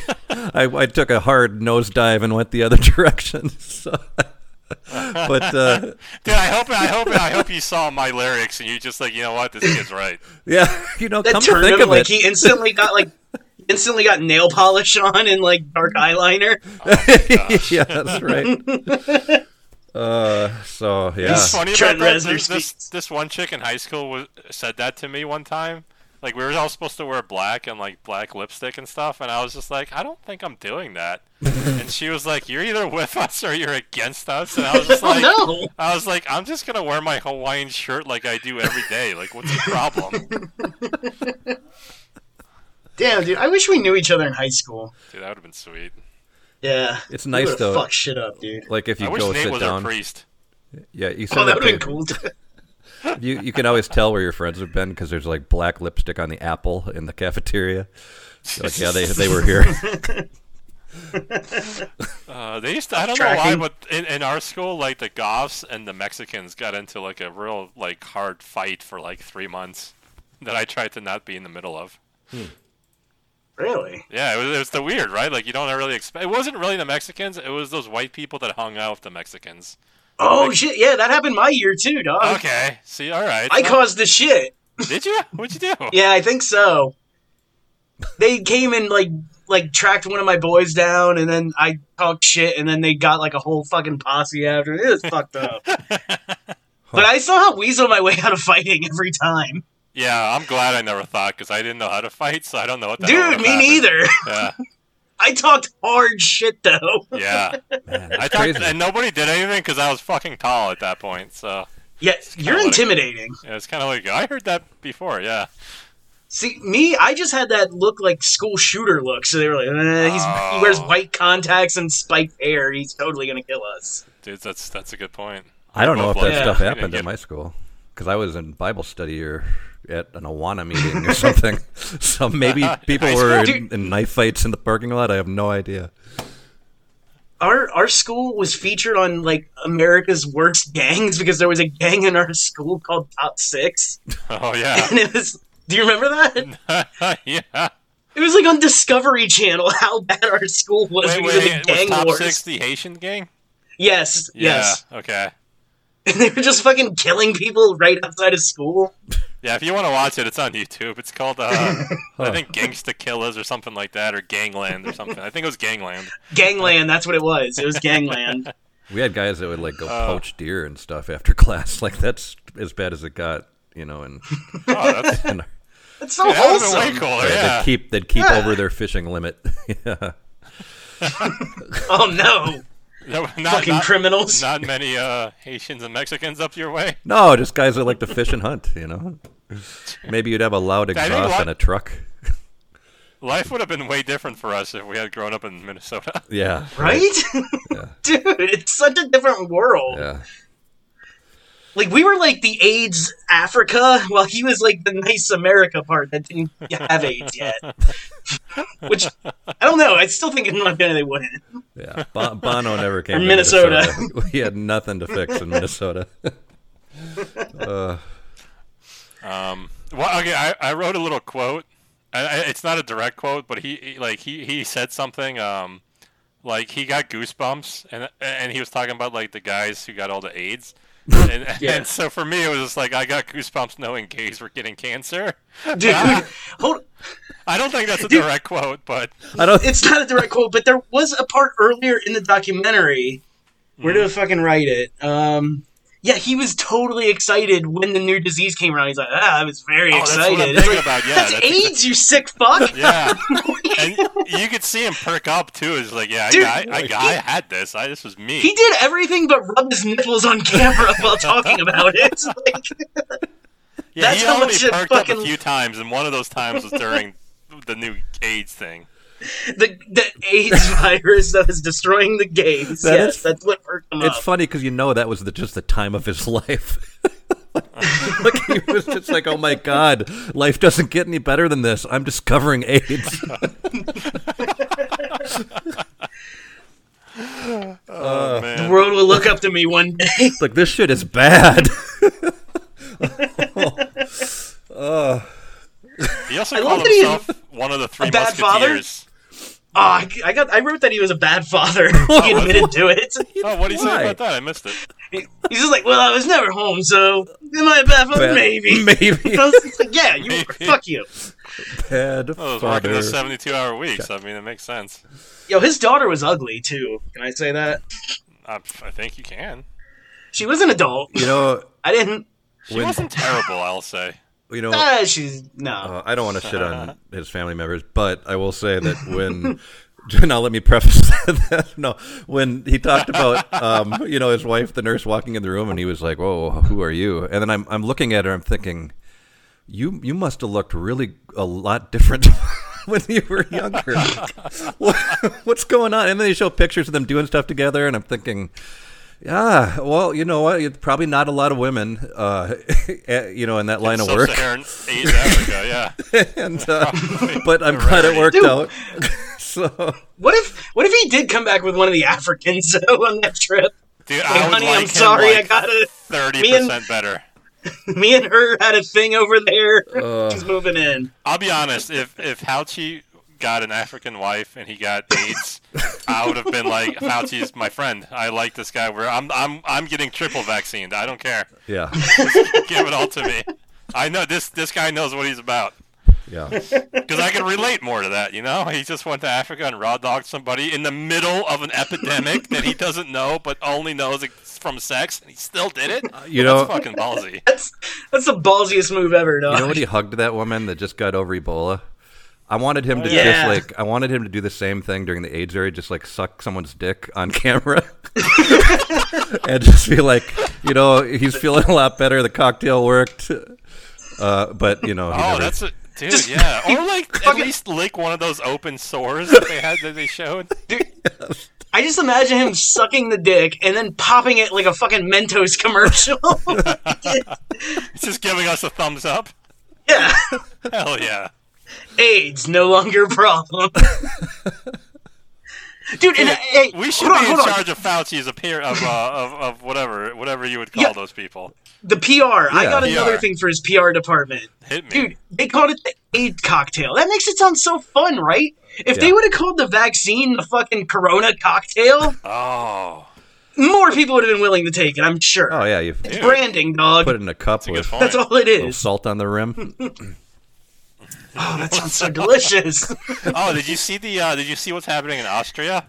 Speaker 5: I, I took a hard nosedive and went the other direction. So. but uh,
Speaker 4: Dude, I hope I hope I hope you saw my lyrics and you just like, you know what, this kid's right.
Speaker 5: yeah, you know,
Speaker 3: That
Speaker 5: come to
Speaker 3: turned
Speaker 5: think
Speaker 3: him
Speaker 5: of
Speaker 3: like
Speaker 5: it,
Speaker 3: he instantly got like instantly got nail polish on and like dark eyeliner.
Speaker 5: yeah, that's right. uh, so yeah,
Speaker 4: It's funny
Speaker 3: Trent
Speaker 4: about that.
Speaker 3: Reznor
Speaker 4: There's This,
Speaker 3: speaks.
Speaker 4: this one chick in high school was, said that to me one time. Like we were all supposed to wear black and like black lipstick and stuff, and I was just like, I don't think I'm doing that. and she was like, You're either with us or you're against us. And I was just like,
Speaker 3: Oh, no.
Speaker 4: I was like, I'm just gonna wear my Hawaiian shirt like I do every day. Like, what's the problem?
Speaker 3: Damn, dude. I wish we knew each other in high school.
Speaker 4: Dude, that would have been sweet.
Speaker 3: Yeah.
Speaker 5: It's nice,
Speaker 3: we would've
Speaker 5: though.
Speaker 3: Fucked shit up, dude.
Speaker 5: like if you
Speaker 4: I wish
Speaker 5: go
Speaker 4: Nate
Speaker 5: sit
Speaker 4: was
Speaker 5: down,
Speaker 4: our priest.
Speaker 5: yeah, you said
Speaker 3: Oh, that
Speaker 5: that
Speaker 3: would have
Speaker 5: they-
Speaker 3: been cool.
Speaker 5: You you can always tell where your friends have been because there's like black lipstick on the apple in the cafeteria. You're Like yeah, they they were here.
Speaker 4: Uh, they used to, I don't
Speaker 3: Tracking.
Speaker 4: know why, but in, in our school, like the Goths and the Mexicans got into like a real like hard fight for like three months that I tried to not be in the middle of.
Speaker 3: really?
Speaker 4: Yeah, it was, it was the weird, right? Like you don't really expect. It wasn't really the Mexicans. It was those white people that hung out with the Mexicans.
Speaker 3: Oh shit! Yeah, that happened my year too, dog.
Speaker 4: Okay, see, all right.
Speaker 3: Oh. I
Speaker 4: so-
Speaker 3: caused the shit.
Speaker 4: Did you? What'd you do?
Speaker 3: Yeah, I think so. They came and like like tracked one of my boys down, and then I talked shit, and then they got like a whole fucking posse after it. It was fucked up. But I saw how weasel my way out of fighting every time.
Speaker 4: Yeah, I'm glad I never thought because I didn't know how to fight, so I don't know what. The hell
Speaker 3: Dude,
Speaker 4: would've
Speaker 3: me
Speaker 4: happened.
Speaker 3: neither.
Speaker 4: Yeah.
Speaker 3: I talked hard shit though.
Speaker 4: Yeah, I thought,
Speaker 5: crazy.
Speaker 4: and nobody did anything because I was fucking tall at that point. So
Speaker 3: Yeah, you're
Speaker 4: kinda like-
Speaker 3: intimidating.
Speaker 4: yeah, it's kind of like I heard that before. Yeah,
Speaker 3: See, me, I just had that look like school shooter look. So they were like, eh, he's, he wears
Speaker 4: Oh.
Speaker 3: white contacts and spiked hair. He's totally gonna kill us.
Speaker 4: Dude, that's that's a good point.
Speaker 5: I don't know if that
Speaker 4: Yeah.
Speaker 5: stuff
Speaker 4: Yeah.
Speaker 5: happened at my school because I was in Bible study or at an Awana meeting or something. so maybe people were in, in knife fights in the parking lot. I have no idea.
Speaker 3: Our our school was featured on like America's worst gangs because there was a gang in our school called Top Six,
Speaker 4: Oh yeah,
Speaker 3: and it was. Do you remember that?
Speaker 4: Hmm. yeah.
Speaker 3: It was like on Discovery Channel how bad our school was
Speaker 4: Wait,
Speaker 3: because
Speaker 4: wait,
Speaker 3: of
Speaker 4: it
Speaker 3: the gang
Speaker 4: was top
Speaker 3: wars.
Speaker 4: six the Haitian gang?
Speaker 3: Yes, yes.
Speaker 4: Yeah. Okay.
Speaker 3: And they were just fucking killing people right outside of school.
Speaker 4: Yeah, if you want to watch it, it's on YouTube. It's called uh, I think Gangsta Killers or something like that, or Gangland or something. I think it was Gangland.
Speaker 3: Gangland, that's what it was. It was Gangland.
Speaker 5: We had guys that would like go
Speaker 4: Uh.
Speaker 5: poach deer and stuff after class. Like that's as bad as it got, you know. And,
Speaker 4: Oh, that's
Speaker 5: and
Speaker 3: It's so
Speaker 4: that was way
Speaker 3: wholesome.
Speaker 4: cooler. Oh, Yeah.
Speaker 5: they'd keep they'd keep over their fishing limit. yeah.
Speaker 3: Oh no.
Speaker 4: There were not,
Speaker 3: Fucking
Speaker 4: not,
Speaker 3: criminals.
Speaker 4: not many uh, Haitians and Mexicans up your way.
Speaker 5: No, just guys that like to fish and hunt. You know, maybe you'd have a loud
Speaker 4: think
Speaker 5: exhaust
Speaker 4: what-
Speaker 5: on a truck.
Speaker 4: Life would have been way different for us if we had grown up in Minnesota.
Speaker 5: Yeah.
Speaker 3: right? Dude, it's such a different world.
Speaker 5: Yeah.
Speaker 3: Like we were like the AIDS Africa, while he was like the nice America part that didn't have AIDS yet. Which I don't know. I still think in my opinion they wouldn't.
Speaker 5: Yeah, bon- Bono never came. to
Speaker 3: Minnesota.
Speaker 5: Minnesota. We had nothing to fix in Minnesota.
Speaker 4: Um, well, okay, I, I wrote a little quote. I, I, it's not a direct quote, but he, he- like he, he said something. Um, like he got goosebumps, and and he was talking about like the guys who got all the AIDS. And,
Speaker 3: Yeah.
Speaker 4: and so for me, it was just like I got goosebumps knowing gays were getting cancer.
Speaker 3: Dude, hold
Speaker 4: I don't think that's a
Speaker 3: Dude.
Speaker 4: direct quote, but
Speaker 5: I don't.
Speaker 3: it's not a direct quote, but there was a part earlier in the documentary. Where
Speaker 4: Mm.
Speaker 3: do I fucking write it? Um, yeah, he was totally excited when the new disease came around. He's like, ah, I was very
Speaker 4: oh, that's what I'm
Speaker 3: excited.
Speaker 4: thinking
Speaker 3: It's like,
Speaker 4: about. Yeah,
Speaker 3: that's,
Speaker 4: that's-
Speaker 3: AIDS, you sick fuck.
Speaker 4: yeah. and you could see him perk up too. It's like, yeah,
Speaker 3: Dude,
Speaker 4: I, got, I, got, I had this. I, this was me.
Speaker 3: He did everything but rub his nipples on camera while talking about it. Like,
Speaker 4: Yeah,
Speaker 3: That's
Speaker 4: he
Speaker 3: how
Speaker 4: only
Speaker 3: much it
Speaker 4: perked up
Speaker 3: fucking-
Speaker 4: a few times, and one of those times was during the new AIDS thing.
Speaker 3: the the AIDS virus that is destroying the gays.
Speaker 5: That
Speaker 3: yes,
Speaker 5: is-
Speaker 3: that's what perked him
Speaker 4: Uh,
Speaker 5: It's
Speaker 3: up.
Speaker 5: funny because you know that was the, just the time of his life. like he was just like, oh my god, life doesn't get any better than this. I'm discovering AIDS.
Speaker 4: Oh, man.
Speaker 3: the world will look up to me one day.
Speaker 5: It's like this shit is bad.
Speaker 4: He also
Speaker 3: I love
Speaker 4: called
Speaker 3: that he is
Speaker 4: himself one of the three
Speaker 3: a bad father.
Speaker 4: musketeers.
Speaker 3: Oh, I, I got. I wrote that he was a bad father. he admitted to it.
Speaker 4: Oh, what did he say
Speaker 5: Why?
Speaker 4: about that? I missed it.
Speaker 3: He- He's just like, well, I was never home, so am I a bad father?
Speaker 5: Bad-
Speaker 3: Maybe.
Speaker 5: maybe
Speaker 3: I was just like, yeah, you
Speaker 4: Maybe.
Speaker 3: fuck you.
Speaker 5: bad
Speaker 4: Oh, was working
Speaker 5: father.
Speaker 4: the 72-hour weeks. I mean, it makes sense.
Speaker 3: Yo, his daughter was ugly too. Can I say that?
Speaker 4: I, I think you can.
Speaker 3: She was an adult.
Speaker 5: You know,
Speaker 3: I didn't.
Speaker 4: She
Speaker 5: When-
Speaker 4: wasn't terrible, I'll say.
Speaker 5: you know.
Speaker 3: Uh, she's no.
Speaker 5: Uh, I don't want to shit on his family members, but I will say that when now let me preface that no when he talked about um, you know his wife the nurse walking in the room and he was like whoa who are you and then I'm I'm looking at her I'm thinking you you must have looked really a lot different when you were younger What- what's going on and then they show pictures of them doing stuff together and I'm thinking yeah well you know what It's probably not a lot of women uh, you know in that line of work
Speaker 4: Sub-Saharan AIDS Africa, yeah.
Speaker 5: and uh, but I'm glad it worked
Speaker 3: Dude.
Speaker 5: out. so
Speaker 3: What if what if he did come back with one of the Africans though, on that trip?
Speaker 4: Dude,
Speaker 3: Like,
Speaker 4: I would
Speaker 3: honey,
Speaker 4: like
Speaker 3: I'm
Speaker 4: him
Speaker 3: sorry,
Speaker 4: like
Speaker 3: I gotta.
Speaker 4: 30% better.
Speaker 3: Me and her had a thing over there. She's moving in.
Speaker 4: I'll be honest. If if Fauci got an African wife and he got AIDS, I would have been like, Fauci's my friend. I like this guy. Where I'm I'm I'm getting triple vaccinated. I don't care.
Speaker 5: yeah,
Speaker 4: Give it all to me. I know this this guy knows what he's about
Speaker 5: yeah,
Speaker 4: because I can relate more to that. You know, he just went to Africa and raw dogged somebody in the middle of an epidemic that he doesn't know, but only knows it's from sex, and he still did it.
Speaker 3: Uh,
Speaker 5: you
Speaker 4: That's
Speaker 5: know,
Speaker 4: fucking ballsy.
Speaker 3: That's that's the ballsiest move ever, dog.
Speaker 5: you know when he hugged that woman that just got over Ebola. I wanted
Speaker 4: Oh,
Speaker 5: him to
Speaker 3: yeah.
Speaker 5: just
Speaker 3: Yeah.
Speaker 5: like I wanted him to do the same thing during the AIDS era, just like suck someone's dick on camera, and just be like, you know, he's feeling a lot better. The cocktail worked, uh, but you know, he
Speaker 4: Oh,
Speaker 5: never-
Speaker 4: that's a, dude, yeah. Or like at least lick one of those open sores that they had that they showed.
Speaker 3: I just imagine him sucking the dick and then popping it like a fucking Mentos commercial.
Speaker 4: It's just giving us a thumbs up.
Speaker 3: yeah,
Speaker 4: Hell yeah.
Speaker 3: AIDS no longer a problem. Dude, and, hey,
Speaker 4: We should
Speaker 3: hold on,
Speaker 4: be in
Speaker 3: hold on.
Speaker 4: charge of Fauci's appear of, uh, of of whatever whatever you would call
Speaker 3: Yeah.
Speaker 4: those people.
Speaker 3: The PR. I
Speaker 5: Yeah.
Speaker 3: got
Speaker 4: PR.
Speaker 3: another thing for his PR department.
Speaker 4: Hit me.
Speaker 3: Dude, they called it the AIDS cocktail. That makes it sound so fun, right? If they
Speaker 5: Yeah.
Speaker 3: would have called the vaccine the fucking Corona cocktail,
Speaker 4: Oh,
Speaker 3: more people would have been willing to take it. I'm sure.
Speaker 5: oh yeah, you
Speaker 4: dude,
Speaker 3: Branding, dog.
Speaker 5: put it in a cup
Speaker 4: That's a good
Speaker 5: with
Speaker 4: point.
Speaker 3: That's all it
Speaker 5: a little
Speaker 3: is.
Speaker 5: salt on the rim.
Speaker 3: Oh, that sounds so delicious.
Speaker 4: oh, did you see the? Uh, did you see what's happening in Austria?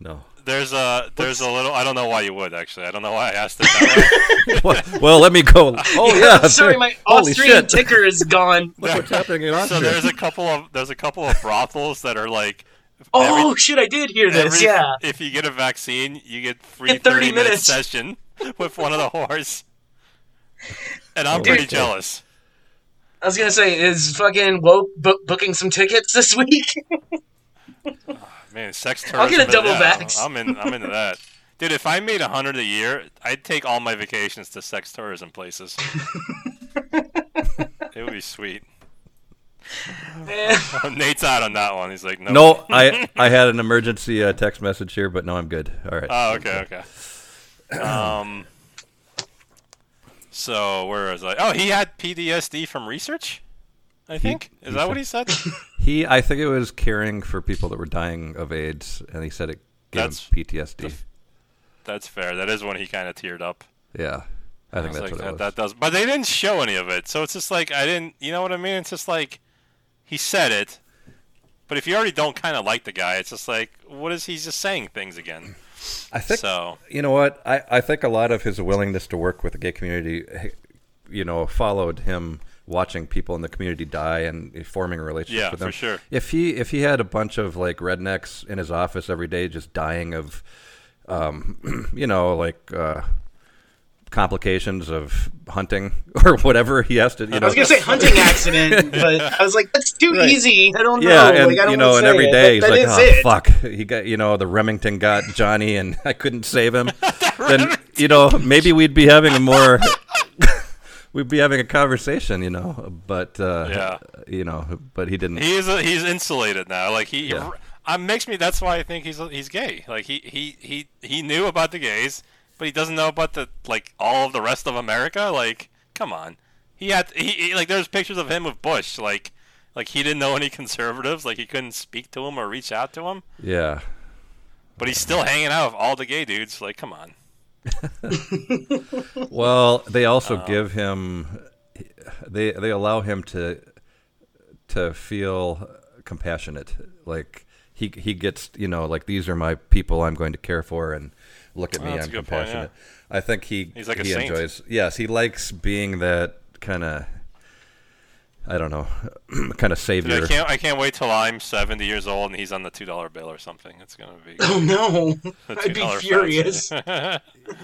Speaker 5: No,
Speaker 4: There's a there's a little. I don't know why you would actually. I don't know why I asked it that way.
Speaker 5: well, well, let me go. Oh yeah,
Speaker 3: Sorry, my
Speaker 5: holy
Speaker 3: Austrian
Speaker 5: shit.
Speaker 3: ticker is gone.
Speaker 5: What's happening in
Speaker 4: so
Speaker 5: Austria?
Speaker 4: there's a couple of there's a couple of brothels that are like.
Speaker 3: Oh shit, I did hear this.
Speaker 4: every-
Speaker 3: yeah.
Speaker 4: If you get a vaccine, you get free
Speaker 3: Get 30
Speaker 4: 30 minute
Speaker 3: minutes.
Speaker 4: session with one of the whores. And I'm
Speaker 5: my
Speaker 4: pretty
Speaker 5: God.
Speaker 4: jealous.
Speaker 3: I was gonna say, is fucking woke bo- booking some tickets this week?
Speaker 4: Man, sex tourism.
Speaker 3: I'll get a
Speaker 4: is-
Speaker 3: double
Speaker 4: yeah,
Speaker 3: vax.
Speaker 4: I'm in. I'm into that. Dude, if I made a hundred a year, I'd take all my vacations to sex tourism places. it would be sweet. Nate's out on that one. He's like, no.
Speaker 5: No, I I had an emergency uh, text message here, but no, I'm good. All right.
Speaker 4: Oh, okay, okay. Um. So where was I? Oh, he had PTSD from research. I think is that what he said?
Speaker 5: He, I think it was caring for people that were dying of AIDS, and he said it gave
Speaker 4: That's
Speaker 5: him PTSD.
Speaker 4: That's fair. That is when he kind of teared up.
Speaker 5: yeah, I think
Speaker 4: It's
Speaker 5: that's
Speaker 4: like,
Speaker 5: what it
Speaker 4: that,
Speaker 5: was.
Speaker 4: that does. But they didn't show any of it, so it's just like I didn't. You know what I mean? It's just like he said it, but if you already don't kind of like the guy, it's just like what is he just saying things again?
Speaker 5: I think
Speaker 4: So-
Speaker 5: You know what? I, I think a lot of his willingness to work with the gay community, eh, you know, followed him watching people in the community die and forming a relationship
Speaker 4: Yeah,
Speaker 5: with them.
Speaker 4: for sure.
Speaker 5: If he if he had a bunch of like rednecks in his office every day just dying of, um, you know, like. Uh, complications of hunting or whatever he has to you know
Speaker 3: I was gonna say hunting accident, but I was like, that's too easy. I don't
Speaker 5: yeah,
Speaker 3: know.
Speaker 5: and
Speaker 3: like, I don't
Speaker 5: you know,
Speaker 3: wanna
Speaker 5: and
Speaker 3: say
Speaker 5: every
Speaker 3: it,
Speaker 5: day he's
Speaker 3: but
Speaker 5: like,
Speaker 3: that
Speaker 5: "Oh
Speaker 3: is it."
Speaker 5: fuck, he got you know the Remington got Johnny, and I couldn't save him." then you know maybe we'd be having a more we'd be having a conversation, you know. But uh,
Speaker 4: Yeah.
Speaker 5: you know, but he didn't.
Speaker 4: He is a, he's insulated now. Like he,
Speaker 5: Yeah.
Speaker 4: I makes me. That's why I think he's he's gay. Like he he he he knew about the gays, but he doesn't know about the like all of the rest of America. Like come on, he had he, he like there's pictures of him with Bush. Like like he didn't know any conservatives. Like he couldn't speak to him or reach out to him.
Speaker 5: yeah,
Speaker 4: But he's still hanging out with all the gay dudes. Like come on.
Speaker 5: Well, they also
Speaker 4: Um,
Speaker 5: give him they they allow him to to feel compassionate. Like he he gets, you know, like these are my people I'm going to care for and look at
Speaker 4: Oh,
Speaker 5: me,
Speaker 4: that's
Speaker 5: I'm
Speaker 4: a good point,
Speaker 5: compassionate. I think he
Speaker 4: He's like a
Speaker 5: he
Speaker 4: saint.
Speaker 5: enjoys. Yes, he likes being that kind of I don't know, kind of
Speaker 4: Dude, I
Speaker 5: savior.
Speaker 4: can't I can't wait till I'm 70 years old and he's on the two dollar bill or something. It's gonna be.
Speaker 3: Oh no,
Speaker 4: the
Speaker 3: I'd be
Speaker 4: $2
Speaker 3: furious.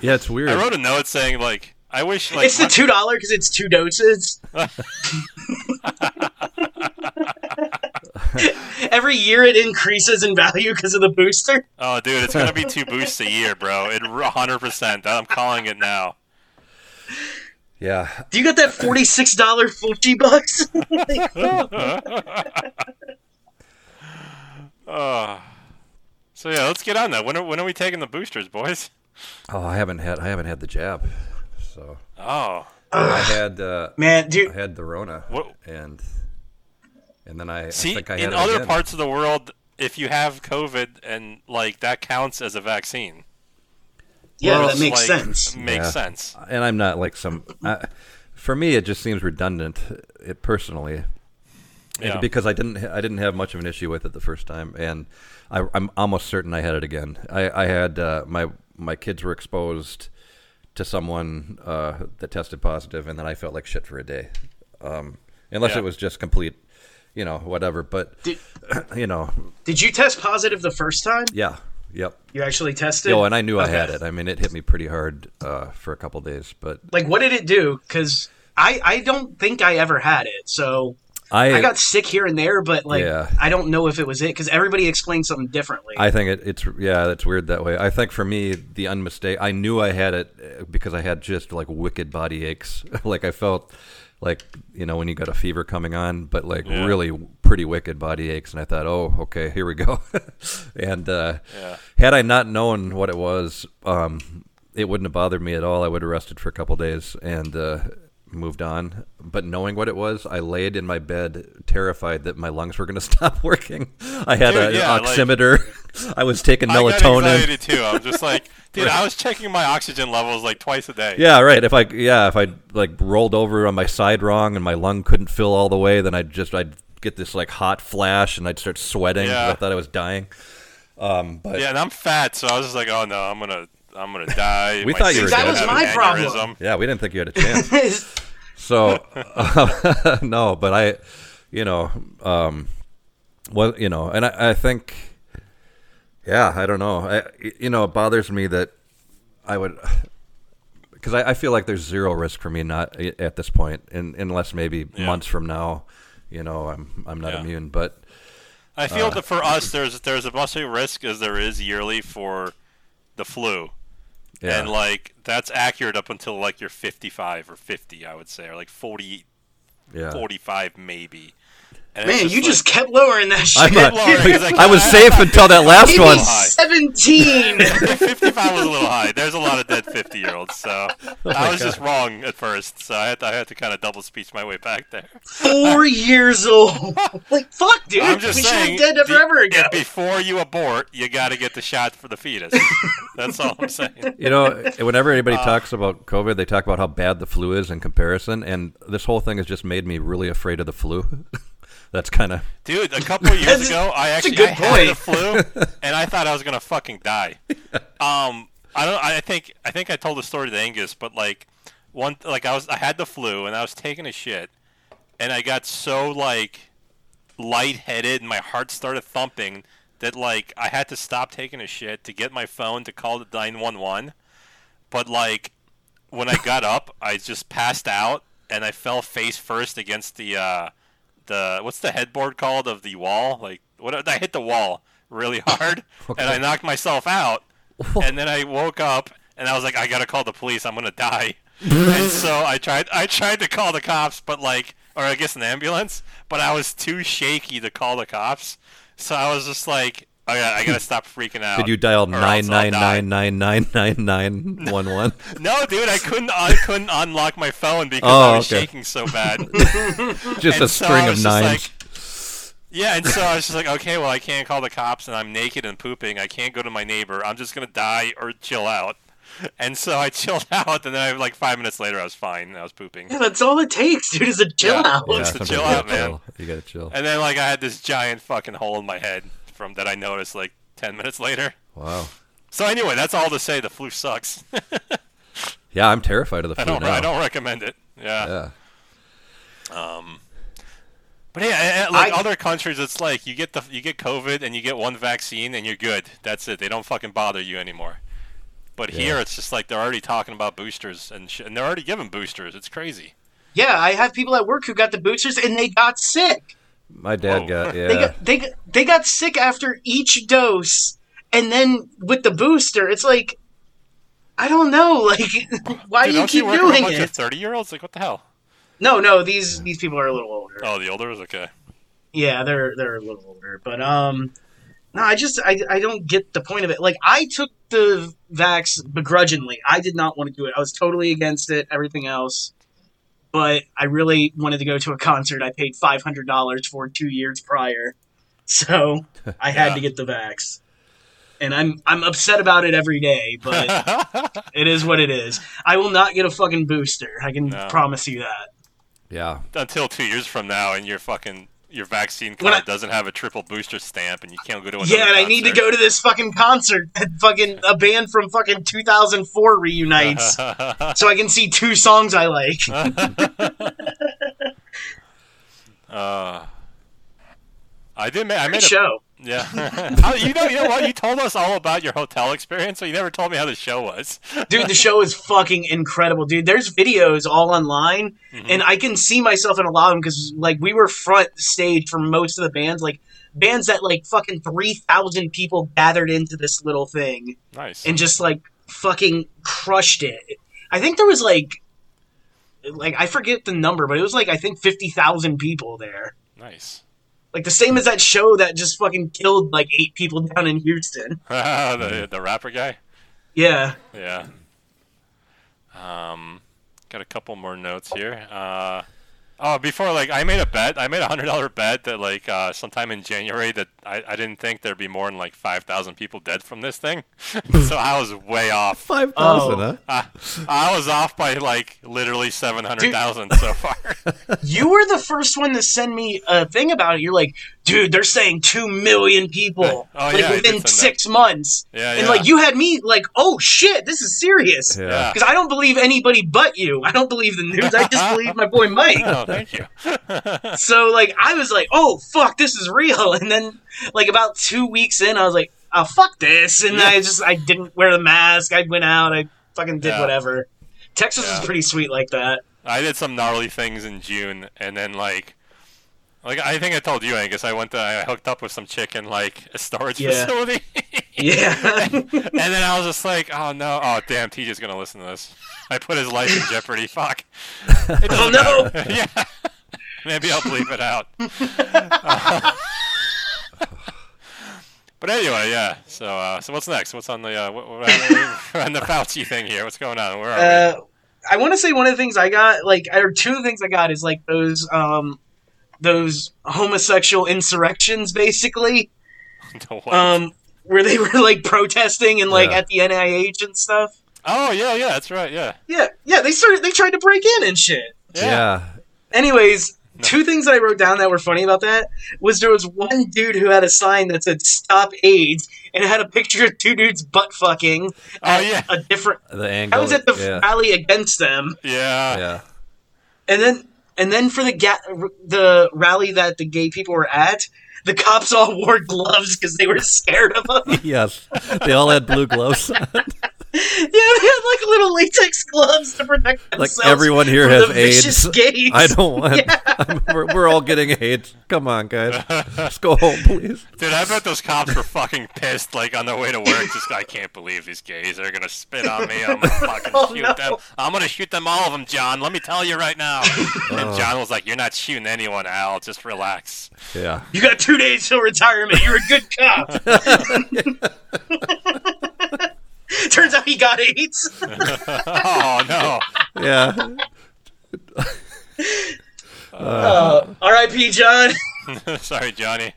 Speaker 5: Yeah, it's weird.
Speaker 4: I wrote a note saying like. I wish like
Speaker 3: it's the
Speaker 4: my-
Speaker 3: two dollar because it's two doses. Every year it increases in value because of the booster.
Speaker 4: Oh, dude, it's gonna be two boosts a year, bro. It 100. percent I'm calling it now.
Speaker 5: yeah.
Speaker 3: Do you got that forty six dollar Fulci bucks?
Speaker 4: So yeah, let's get on that. When are, when are we taking the boosters, boys?
Speaker 5: Oh, I haven't had I haven't had the jab. So,
Speaker 4: Oh,
Speaker 5: I had uh
Speaker 3: Man, dude,
Speaker 5: I had the Rona,
Speaker 4: What-
Speaker 5: and and then I I
Speaker 4: see,
Speaker 5: think I had
Speaker 4: in
Speaker 5: it
Speaker 4: other
Speaker 5: again.
Speaker 4: parts of the world, if you have COVID and like that counts as a vaccine.
Speaker 3: yeah,
Speaker 4: Well,
Speaker 3: that makes
Speaker 4: like,
Speaker 3: sense.
Speaker 4: Makes
Speaker 5: Yeah.
Speaker 4: sense.
Speaker 5: and I'm not like some. I, for me, it just seems redundant, it personally, and
Speaker 4: Yeah.
Speaker 5: because I didn't I didn't have much of an issue with it the first time, and I, I'm almost certain I had it again. I I had uh, my my kids were exposed to someone uh, that tested positive, and then I felt like shit for a day, um, unless
Speaker 4: Yeah.
Speaker 5: it was just complete, you know, whatever. But
Speaker 3: Did-
Speaker 5: you know,
Speaker 3: Did you test positive the first time?
Speaker 5: yeah, yep.
Speaker 3: You actually tested?
Speaker 5: Oh, and I knew I
Speaker 3: Okay.
Speaker 5: had it. I mean, it hit me pretty hard uh, for a couple days, but
Speaker 3: Like, what did it do? Because I, I don't think I ever had it. So
Speaker 5: I
Speaker 3: I got sick here and there, but like,
Speaker 5: Yeah.
Speaker 3: I don't know if it was it because everybody explained something differently.
Speaker 5: I think it, it's yeah, that's weird that way. I think for me, the unmistake. I knew I had it uh, because I had just like wicked body aches. like I felt like you know when you got a fever coming on, but like really pretty wicked body aches, and I thought, oh, okay, here we go. and uh, had I not known what it was, um, it wouldn't have bothered me at all. I would have rested for a couple days and. Uh, Moved on, but knowing what it was, I laid in my bed terrified that my lungs were going to stop working. I had
Speaker 4: Dude,
Speaker 5: an
Speaker 4: yeah, like-
Speaker 5: oximeter computer. I was taking
Speaker 4: I got
Speaker 5: melatonin.
Speaker 4: anxiety too. I'm just like, dude, I was checking my oxygen levels like twice a day.
Speaker 5: Yeah, right. If I yeah, if I like rolled over on my side wrong and my lung couldn't fill all the way, then I'd just I'd get this like hot flash and I'd start sweating. 'cause
Speaker 4: Yeah.
Speaker 5: I thought I was dying. Um, but
Speaker 4: Yeah,
Speaker 5: yeah.
Speaker 4: and I'm fat, so I was just like, oh no, I'm gonna I'm gonna die.
Speaker 5: We
Speaker 4: My
Speaker 5: thought you were
Speaker 4: sister's
Speaker 5: gonna
Speaker 4: gonna
Speaker 3: die.
Speaker 4: have
Speaker 3: That was my
Speaker 4: an
Speaker 3: problem.
Speaker 4: aneurysm.
Speaker 5: we didn't think you had a chance.
Speaker 3: Dude,
Speaker 5: So uh, no, but I, you know, um, well, you know, and I, I think, yeah, I don't know, I, you know, it bothers me that I would, because I, I feel like there's zero risk for me not eh, at this point, and unless maybe months from now, you know, I'm I'm not
Speaker 4: Yeah.
Speaker 5: immune, but
Speaker 4: I
Speaker 5: Uh.
Speaker 4: feel that for us, there's there's as much a risk as there is yearly for the flu.
Speaker 5: Yeah.
Speaker 4: and like that's accurate up until like you're 55 or 50, I would say, or like 40,
Speaker 5: Yeah.
Speaker 4: 45 maybe. And it's
Speaker 3: Man, you
Speaker 4: like-
Speaker 3: just kept lowering that shit.
Speaker 5: I'm not,
Speaker 4: Lauren, 'cause I-
Speaker 5: I was safe until that last
Speaker 3: Maybe
Speaker 5: one.
Speaker 3: seventeen.
Speaker 4: 55 was a little high. There's a lot of dead 50 year olds, so
Speaker 5: Oh
Speaker 4: I was just wrong at first. So I had to, I had to kind of double speech my way back there.
Speaker 3: four years old. Like, fuck, dude.
Speaker 4: I'm just
Speaker 3: we
Speaker 4: saying,
Speaker 3: should have dead
Speaker 4: the-
Speaker 3: forever ago.
Speaker 4: yeah, before you abort, you got to get the shot for the fetus. That's all I'm saying.
Speaker 5: You know, whenever anybody talks about COVID, they talk about how bad the flu is in comparison, and this whole thing has just made me really afraid of the flu. That's kind of
Speaker 4: Dude, a couple of years
Speaker 3: That's-
Speaker 4: ago, I
Speaker 3: that's a
Speaker 4: actually
Speaker 3: good
Speaker 4: I had the
Speaker 3: point.
Speaker 4: flu, and I thought I was gonna fucking die. Um, I don't. I think I think I told the story to Angus, but like one, like I was I had the flu and I was taking a shit, and I got so like lightheaded and my heart started thumping that like I had to stop taking a shit to get my phone to call the nine one one. But like when I got up, I just passed out and I fell face first against the uh, the what's the headboard called of the wall? Like what? I hit the wall really hard and I knocked myself out. and then I woke up and I was like, I gotta call the police. I'm gonna die. and so I tried. I tried to call the cops, but like, or I guess an ambulance. But I was too shaky to call the cops. So I was just like, I gotta, I gotta stop freaking out.
Speaker 5: did you dial
Speaker 4: or else I'll
Speaker 5: nine nine
Speaker 4: die.
Speaker 5: nine nine nine nine nine one one?
Speaker 4: No, dude, I couldn't. I couldn't unlock my phone because
Speaker 5: Oh,
Speaker 4: I was
Speaker 5: okay.
Speaker 4: shaking so bad.
Speaker 5: Just
Speaker 4: And
Speaker 5: a
Speaker 4: so I
Speaker 5: string
Speaker 4: was just
Speaker 5: of nines.
Speaker 4: yeah, and so I was just like, okay, well, I can't call the cops, and I'm naked and pooping. I can't go to my neighbor. I'm just gonna die or chill out. And so I chilled out, and then I, like five minutes later, I was fine. I was pooping.
Speaker 3: Yeah, that's all it takes, dude, is a chill
Speaker 4: Yeah.
Speaker 3: out.
Speaker 4: Well, it's the
Speaker 5: sometimes
Speaker 4: chill
Speaker 5: you gotta
Speaker 4: out, man.
Speaker 5: chill. You gotta chill.
Speaker 4: And then like I had this giant fucking hole in my head from that I noticed like ten minutes later.
Speaker 5: Wow.
Speaker 4: So anyway, that's all to say the flu sucks.
Speaker 5: Yeah, I'm terrified of the flu
Speaker 4: I don't.
Speaker 5: now.
Speaker 4: I don't recommend it. Yeah.
Speaker 5: Yeah.
Speaker 4: But yeah, and- and, like
Speaker 3: I-
Speaker 4: other countries, it's like you get the you get COVID and you get one vaccine and you're good. That's it. They don't fucking bother you anymore. But here, it's just like they're already talking about boosters and sh- and they're already giving boosters. It's crazy.
Speaker 3: Yeah, I have people at work who got the boosters and they got sick.
Speaker 5: My dad
Speaker 4: Whoa.
Speaker 5: got
Speaker 3: They
Speaker 5: yeah.
Speaker 3: got they got- they got sick after each dose, and then with the booster, it's like I don't know, like why
Speaker 4: Dude,
Speaker 3: you
Speaker 4: don't
Speaker 3: keep
Speaker 4: work with a
Speaker 3: doing
Speaker 4: bunch
Speaker 3: it?
Speaker 4: of thirty year olds? Like what the hell?
Speaker 3: No, no, these these people are a little older.
Speaker 4: Oh, the older is okay.
Speaker 3: Yeah, they're they're a little older, but um, no, I just I, I don't get the point of it. Like I took the vax begrudgingly. I did not want to do it. I was totally against it. Everything else, but I really wanted to go to a concert. I paid five hundred dollars for two years prior, so I had
Speaker 4: Yeah.
Speaker 3: to get the vax. And I'm I'm upset about it every day, but it is what it is. I will not get a fucking booster. I can
Speaker 4: No.
Speaker 3: promise you that.
Speaker 5: Yeah.
Speaker 4: Until two years from now, and your fucking your vaccine
Speaker 3: When
Speaker 4: card
Speaker 3: I-
Speaker 4: doesn't have a triple booster stamp, and you can't go to another.
Speaker 3: Yeah, and I need to go to this fucking concert that fucking a band from fucking 2004 reunites
Speaker 4: go.
Speaker 3: so I can see two songs I like.
Speaker 4: uh, I did. Ma- I made
Speaker 3: Good
Speaker 4: a
Speaker 3: show.
Speaker 4: Yeah. Oh, you know, you know what? You told us all about your hotel experience, so you never told me how the show was.
Speaker 3: Dude, the show is fucking incredible, dude. There's videos all online, and I can see myself in a lot of them because, like, we were front stage for most of the bands. Like, bands that, like, fucking 3,000 people gathered into this little thing.
Speaker 4: Nice.
Speaker 3: and just like fucking crushed it. I think there was like like I forget the number, but it was like I think 50,000 people there.
Speaker 4: nice.
Speaker 3: Like the same as that show that just fucking killed like eight people down in Houston.
Speaker 4: the, the rapper guy?
Speaker 3: Yeah.
Speaker 4: Yeah. Um, got a couple more notes here. Uh, oh, before, like, I made a bet. I made a $100 bet that, like, uh, sometime in January that I, I didn't think there'd be more than, like, 5,000 people dead from this thing. so I was way off.
Speaker 5: Five thousand,
Speaker 3: Oh.
Speaker 5: huh?
Speaker 4: I was off by, like, literally 700,000 so far.
Speaker 3: You were the first one to send me a thing about it. You're like, dude, they're saying 2 million people
Speaker 4: Oh,
Speaker 3: like
Speaker 4: yeah, I did
Speaker 3: within
Speaker 4: send that.
Speaker 3: 6 months.
Speaker 4: Yeah,
Speaker 3: And
Speaker 4: yeah.
Speaker 3: like you had me like, "Oh shit, this is serious."
Speaker 5: Yeah.
Speaker 3: Cuz I don't believe anybody but you. I don't believe the news. I just believe my boy Mike.
Speaker 4: oh, thank you.
Speaker 3: So like I was like, oh fuck, this is real. And then like about two weeks in, I was like, oh fuck this. And I just I didn't wear the mask. I went out. I fucking did
Speaker 4: Yeah.
Speaker 3: whatever. Texas
Speaker 4: Yeah.
Speaker 3: was pretty sweet like that.
Speaker 4: I did some gnarly things in June, and then like, Like I think I told you, Angus. I went to I hooked up with some chick in like a storage
Speaker 3: Yeah.
Speaker 4: facility,
Speaker 3: Yeah.
Speaker 4: and then I was just like, oh no, oh damn, TJ's gonna listen to this. I put his life in jeopardy. Fuck. It doesn't
Speaker 3: no.
Speaker 4: matter. yeah. Maybe I'll bleep it out. but anyway, yeah. So uh, so what's next? What's on the uh, what, what, we're on the Fauci thing here? What's going on? Where are we?
Speaker 3: uh, I want to say one of the things I got, like, or two of the things I got is like those, um, those homosexual insurrections, basically,
Speaker 4: The what?
Speaker 3: um, where they were like protesting and like
Speaker 5: Yeah.
Speaker 3: at the NIH and stuff.
Speaker 4: oh yeah, yeah, that's right, yeah.
Speaker 3: Yeah, yeah, they started, they tried to break in and shit.
Speaker 5: yeah.
Speaker 3: Anyways, two things that I wrote down that were funny about that was there was one dude who had a sign that said "Stop AIDS" and it had a picture of two dudes butt fucking at
Speaker 4: Oh, yeah.
Speaker 3: a different.
Speaker 5: The angle.
Speaker 3: I was at the
Speaker 5: Oh, yeah.
Speaker 3: rally against them,
Speaker 4: Yeah.
Speaker 5: yeah.
Speaker 3: and then and then for the ga- the rally that the gay people were at, the cops all wore gloves because they were scared of them.
Speaker 5: Yes. They all had blue gloves. on.
Speaker 3: yeah, they had like little latex gloves to protect
Speaker 5: like
Speaker 3: themselves.
Speaker 5: everyone here
Speaker 3: from
Speaker 5: has
Speaker 3: the vicious
Speaker 5: AIDS.
Speaker 3: gays.
Speaker 5: I don't want. we're, we're all getting AIDS. Come on, guys. Let's go home, please.
Speaker 4: Dude, I bet those cops were fucking pissed, like on their way to work. Just, I can't believe these gays are gonna spit on me. I'm gonna fucking
Speaker 3: Oh,
Speaker 4: shoot
Speaker 3: no.
Speaker 4: them. I'm gonna shoot them all of them, John. Let me tell you right now.
Speaker 5: Oh.
Speaker 4: And John was like, "You're not shooting anyone, Al. Just relax."
Speaker 5: Yeah.
Speaker 3: You got two days till retirement. You're a good cop. Turns out he got AIDS.
Speaker 4: Oh no.
Speaker 5: Yeah.
Speaker 3: Uh, R.I.P. John.
Speaker 4: Sorry, Johnny.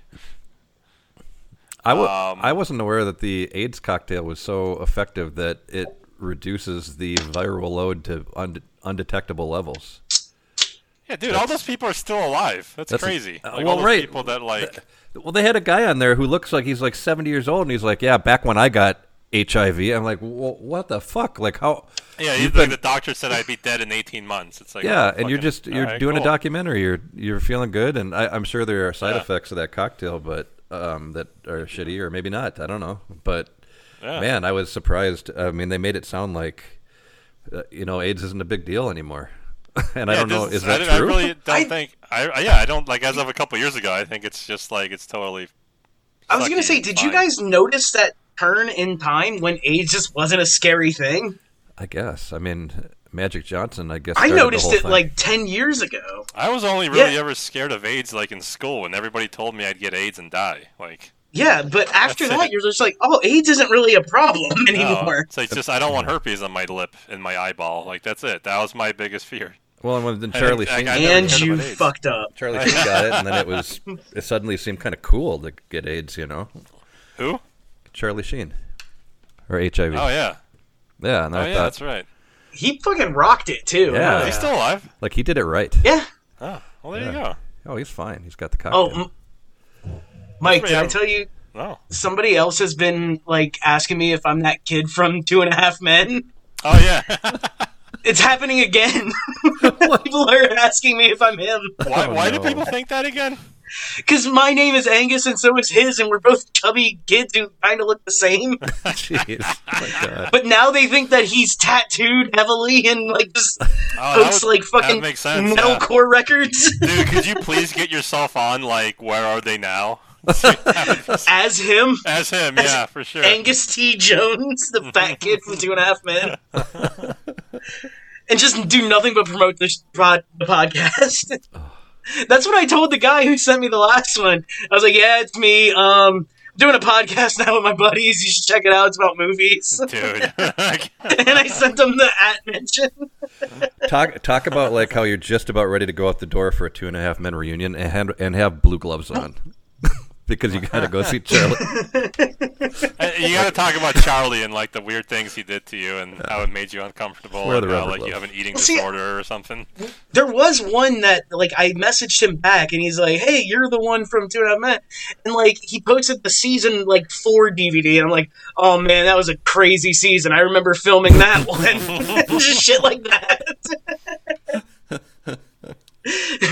Speaker 5: I w- I wasn't aware that the AIDS cocktail was so effective that it reduces the viral load to und- undetectable levels.
Speaker 4: Yeah, dude, all those people are still alive. That's,
Speaker 5: That's-
Speaker 4: crazy.
Speaker 5: uh,
Speaker 4: Like,
Speaker 5: well,
Speaker 4: all those
Speaker 5: right.
Speaker 4: people that like.
Speaker 5: Well, they had a guy on there who looks like he's like 70 years old, and he's like, "Yeah, back when I got HIV, I'm like, well, what the fuck? Like how?
Speaker 4: Yeah,
Speaker 5: you've
Speaker 4: he's like
Speaker 5: been-
Speaker 4: the doctor said I'd be dead in 18 months. It's like
Speaker 5: yeah,
Speaker 4: oh,
Speaker 5: and you're
Speaker 4: fucking-
Speaker 5: just you're
Speaker 4: all right,
Speaker 5: doing
Speaker 4: cool.
Speaker 5: a documentary. You're you're feeling good, and I, I'm sure there are side
Speaker 4: Yeah.
Speaker 5: effects of that cocktail, but um, that are shitty or maybe not. I don't know, but
Speaker 4: Yeah.
Speaker 5: man, I was surprised. I mean, they made it sound like uh, you know AIDS isn't a big deal anymore, and I
Speaker 4: Yeah,
Speaker 5: don't know
Speaker 4: this
Speaker 5: is that
Speaker 4: I,
Speaker 5: true?
Speaker 4: I really don't
Speaker 3: I-
Speaker 4: think. I, I yeah, I don't like. As of a couple years ago, I think it's just like it's totally.
Speaker 3: I was gonna
Speaker 4: fucking
Speaker 3: say, did you
Speaker 4: fine.
Speaker 3: guys notice that turn in time when AIDS just wasn't a scary thing?
Speaker 5: I guess. I mean, Magic Johnson. I guess
Speaker 3: I
Speaker 5: started the
Speaker 3: noticed
Speaker 5: whole
Speaker 3: it
Speaker 5: thing.
Speaker 3: like ten years ago.
Speaker 4: I was only really
Speaker 3: Yeah.
Speaker 4: ever scared of AIDS like in school when everybody told me I'd get AIDS and die. Like
Speaker 3: Yeah, but after
Speaker 4: That's
Speaker 3: that,
Speaker 4: it.
Speaker 3: you're just like, oh, AIDS isn't really a problem
Speaker 4: no,
Speaker 3: anymore.
Speaker 4: uh, it's like just I don't want herpes on my lip and my eyeball. Like that's it. That was my biggest fear.
Speaker 5: well, and when- then Charlie
Speaker 4: I- I
Speaker 5: Sheen.
Speaker 4: never
Speaker 3: and
Speaker 4: heard
Speaker 3: you
Speaker 4: about AIDS.
Speaker 3: fucked up.
Speaker 5: Charlie Sheen got it, and then it was it suddenly seemed kind of cool to get AIDS. You know,
Speaker 4: Who?
Speaker 5: Charlie Sheen or HIV.
Speaker 4: Oh yeah.
Speaker 5: yeah, and
Speaker 4: Oh
Speaker 5: I
Speaker 4: yeah,
Speaker 5: thought
Speaker 4: that's right.
Speaker 3: He fucking rocked it too.
Speaker 5: Yeah.
Speaker 4: Are He's still alive.
Speaker 5: like he did it right.
Speaker 3: Yeah.
Speaker 4: Oh, well there
Speaker 5: Yeah.
Speaker 4: you
Speaker 5: Oh, he's fine. He's got the cocktail.
Speaker 3: Oh, m- Mike, did I tell you
Speaker 4: go. Oh. No.
Speaker 3: somebody else has been like asking me if I'm that kid from Two and a Half Men.
Speaker 4: Oh yeah.
Speaker 3: It's happening again. people are asking me if I'm him
Speaker 4: why
Speaker 5: Oh,
Speaker 4: why
Speaker 5: no.
Speaker 4: do people think that again?
Speaker 3: because my name is Angus and so is his, and we're both chubby kids who kind of look the same.
Speaker 5: Jeez. my God.
Speaker 3: But now they think that he's tattooed heavily and like just
Speaker 4: Oh, that
Speaker 3: posts
Speaker 4: would-
Speaker 3: like fucking
Speaker 4: that makes sense, yeah.
Speaker 3: metalcore records
Speaker 4: Dude, could you please get yourself on like where are they now?
Speaker 3: as him.
Speaker 4: As him, yeah, for sure.
Speaker 3: Angus T. Jones, the fat kid from Two and a Half Men. and just do nothing but promote this pod- the podcast. That's what I told the guy who sent me the last one. I was like, yeah, it's me. Um, I'm doing a podcast now with my buddies. You should check it out. It's about movies.
Speaker 4: Dude.
Speaker 3: and I sent him the at mention.
Speaker 5: Talk talk about like how you're just about ready to go out the door for a two and a half men reunion and hand- and have blue gloves on because you gotta go see Charlie.
Speaker 4: Uh, you got to talk about Charlie and like the weird things he did to you and how it made you uncomfortable.
Speaker 5: Wear
Speaker 4: and
Speaker 5: the
Speaker 4: how,
Speaker 5: rubber
Speaker 4: like you
Speaker 5: gloves.
Speaker 4: have an eating
Speaker 3: see,
Speaker 4: disorder or something.
Speaker 3: There was one that like I messaged him back and he's like, Hey, you're the one from Two and a Half Men and like he posted the season like four DVD and I'm like, Oh man, that was a crazy season. I remember filming that one. Just shit like that.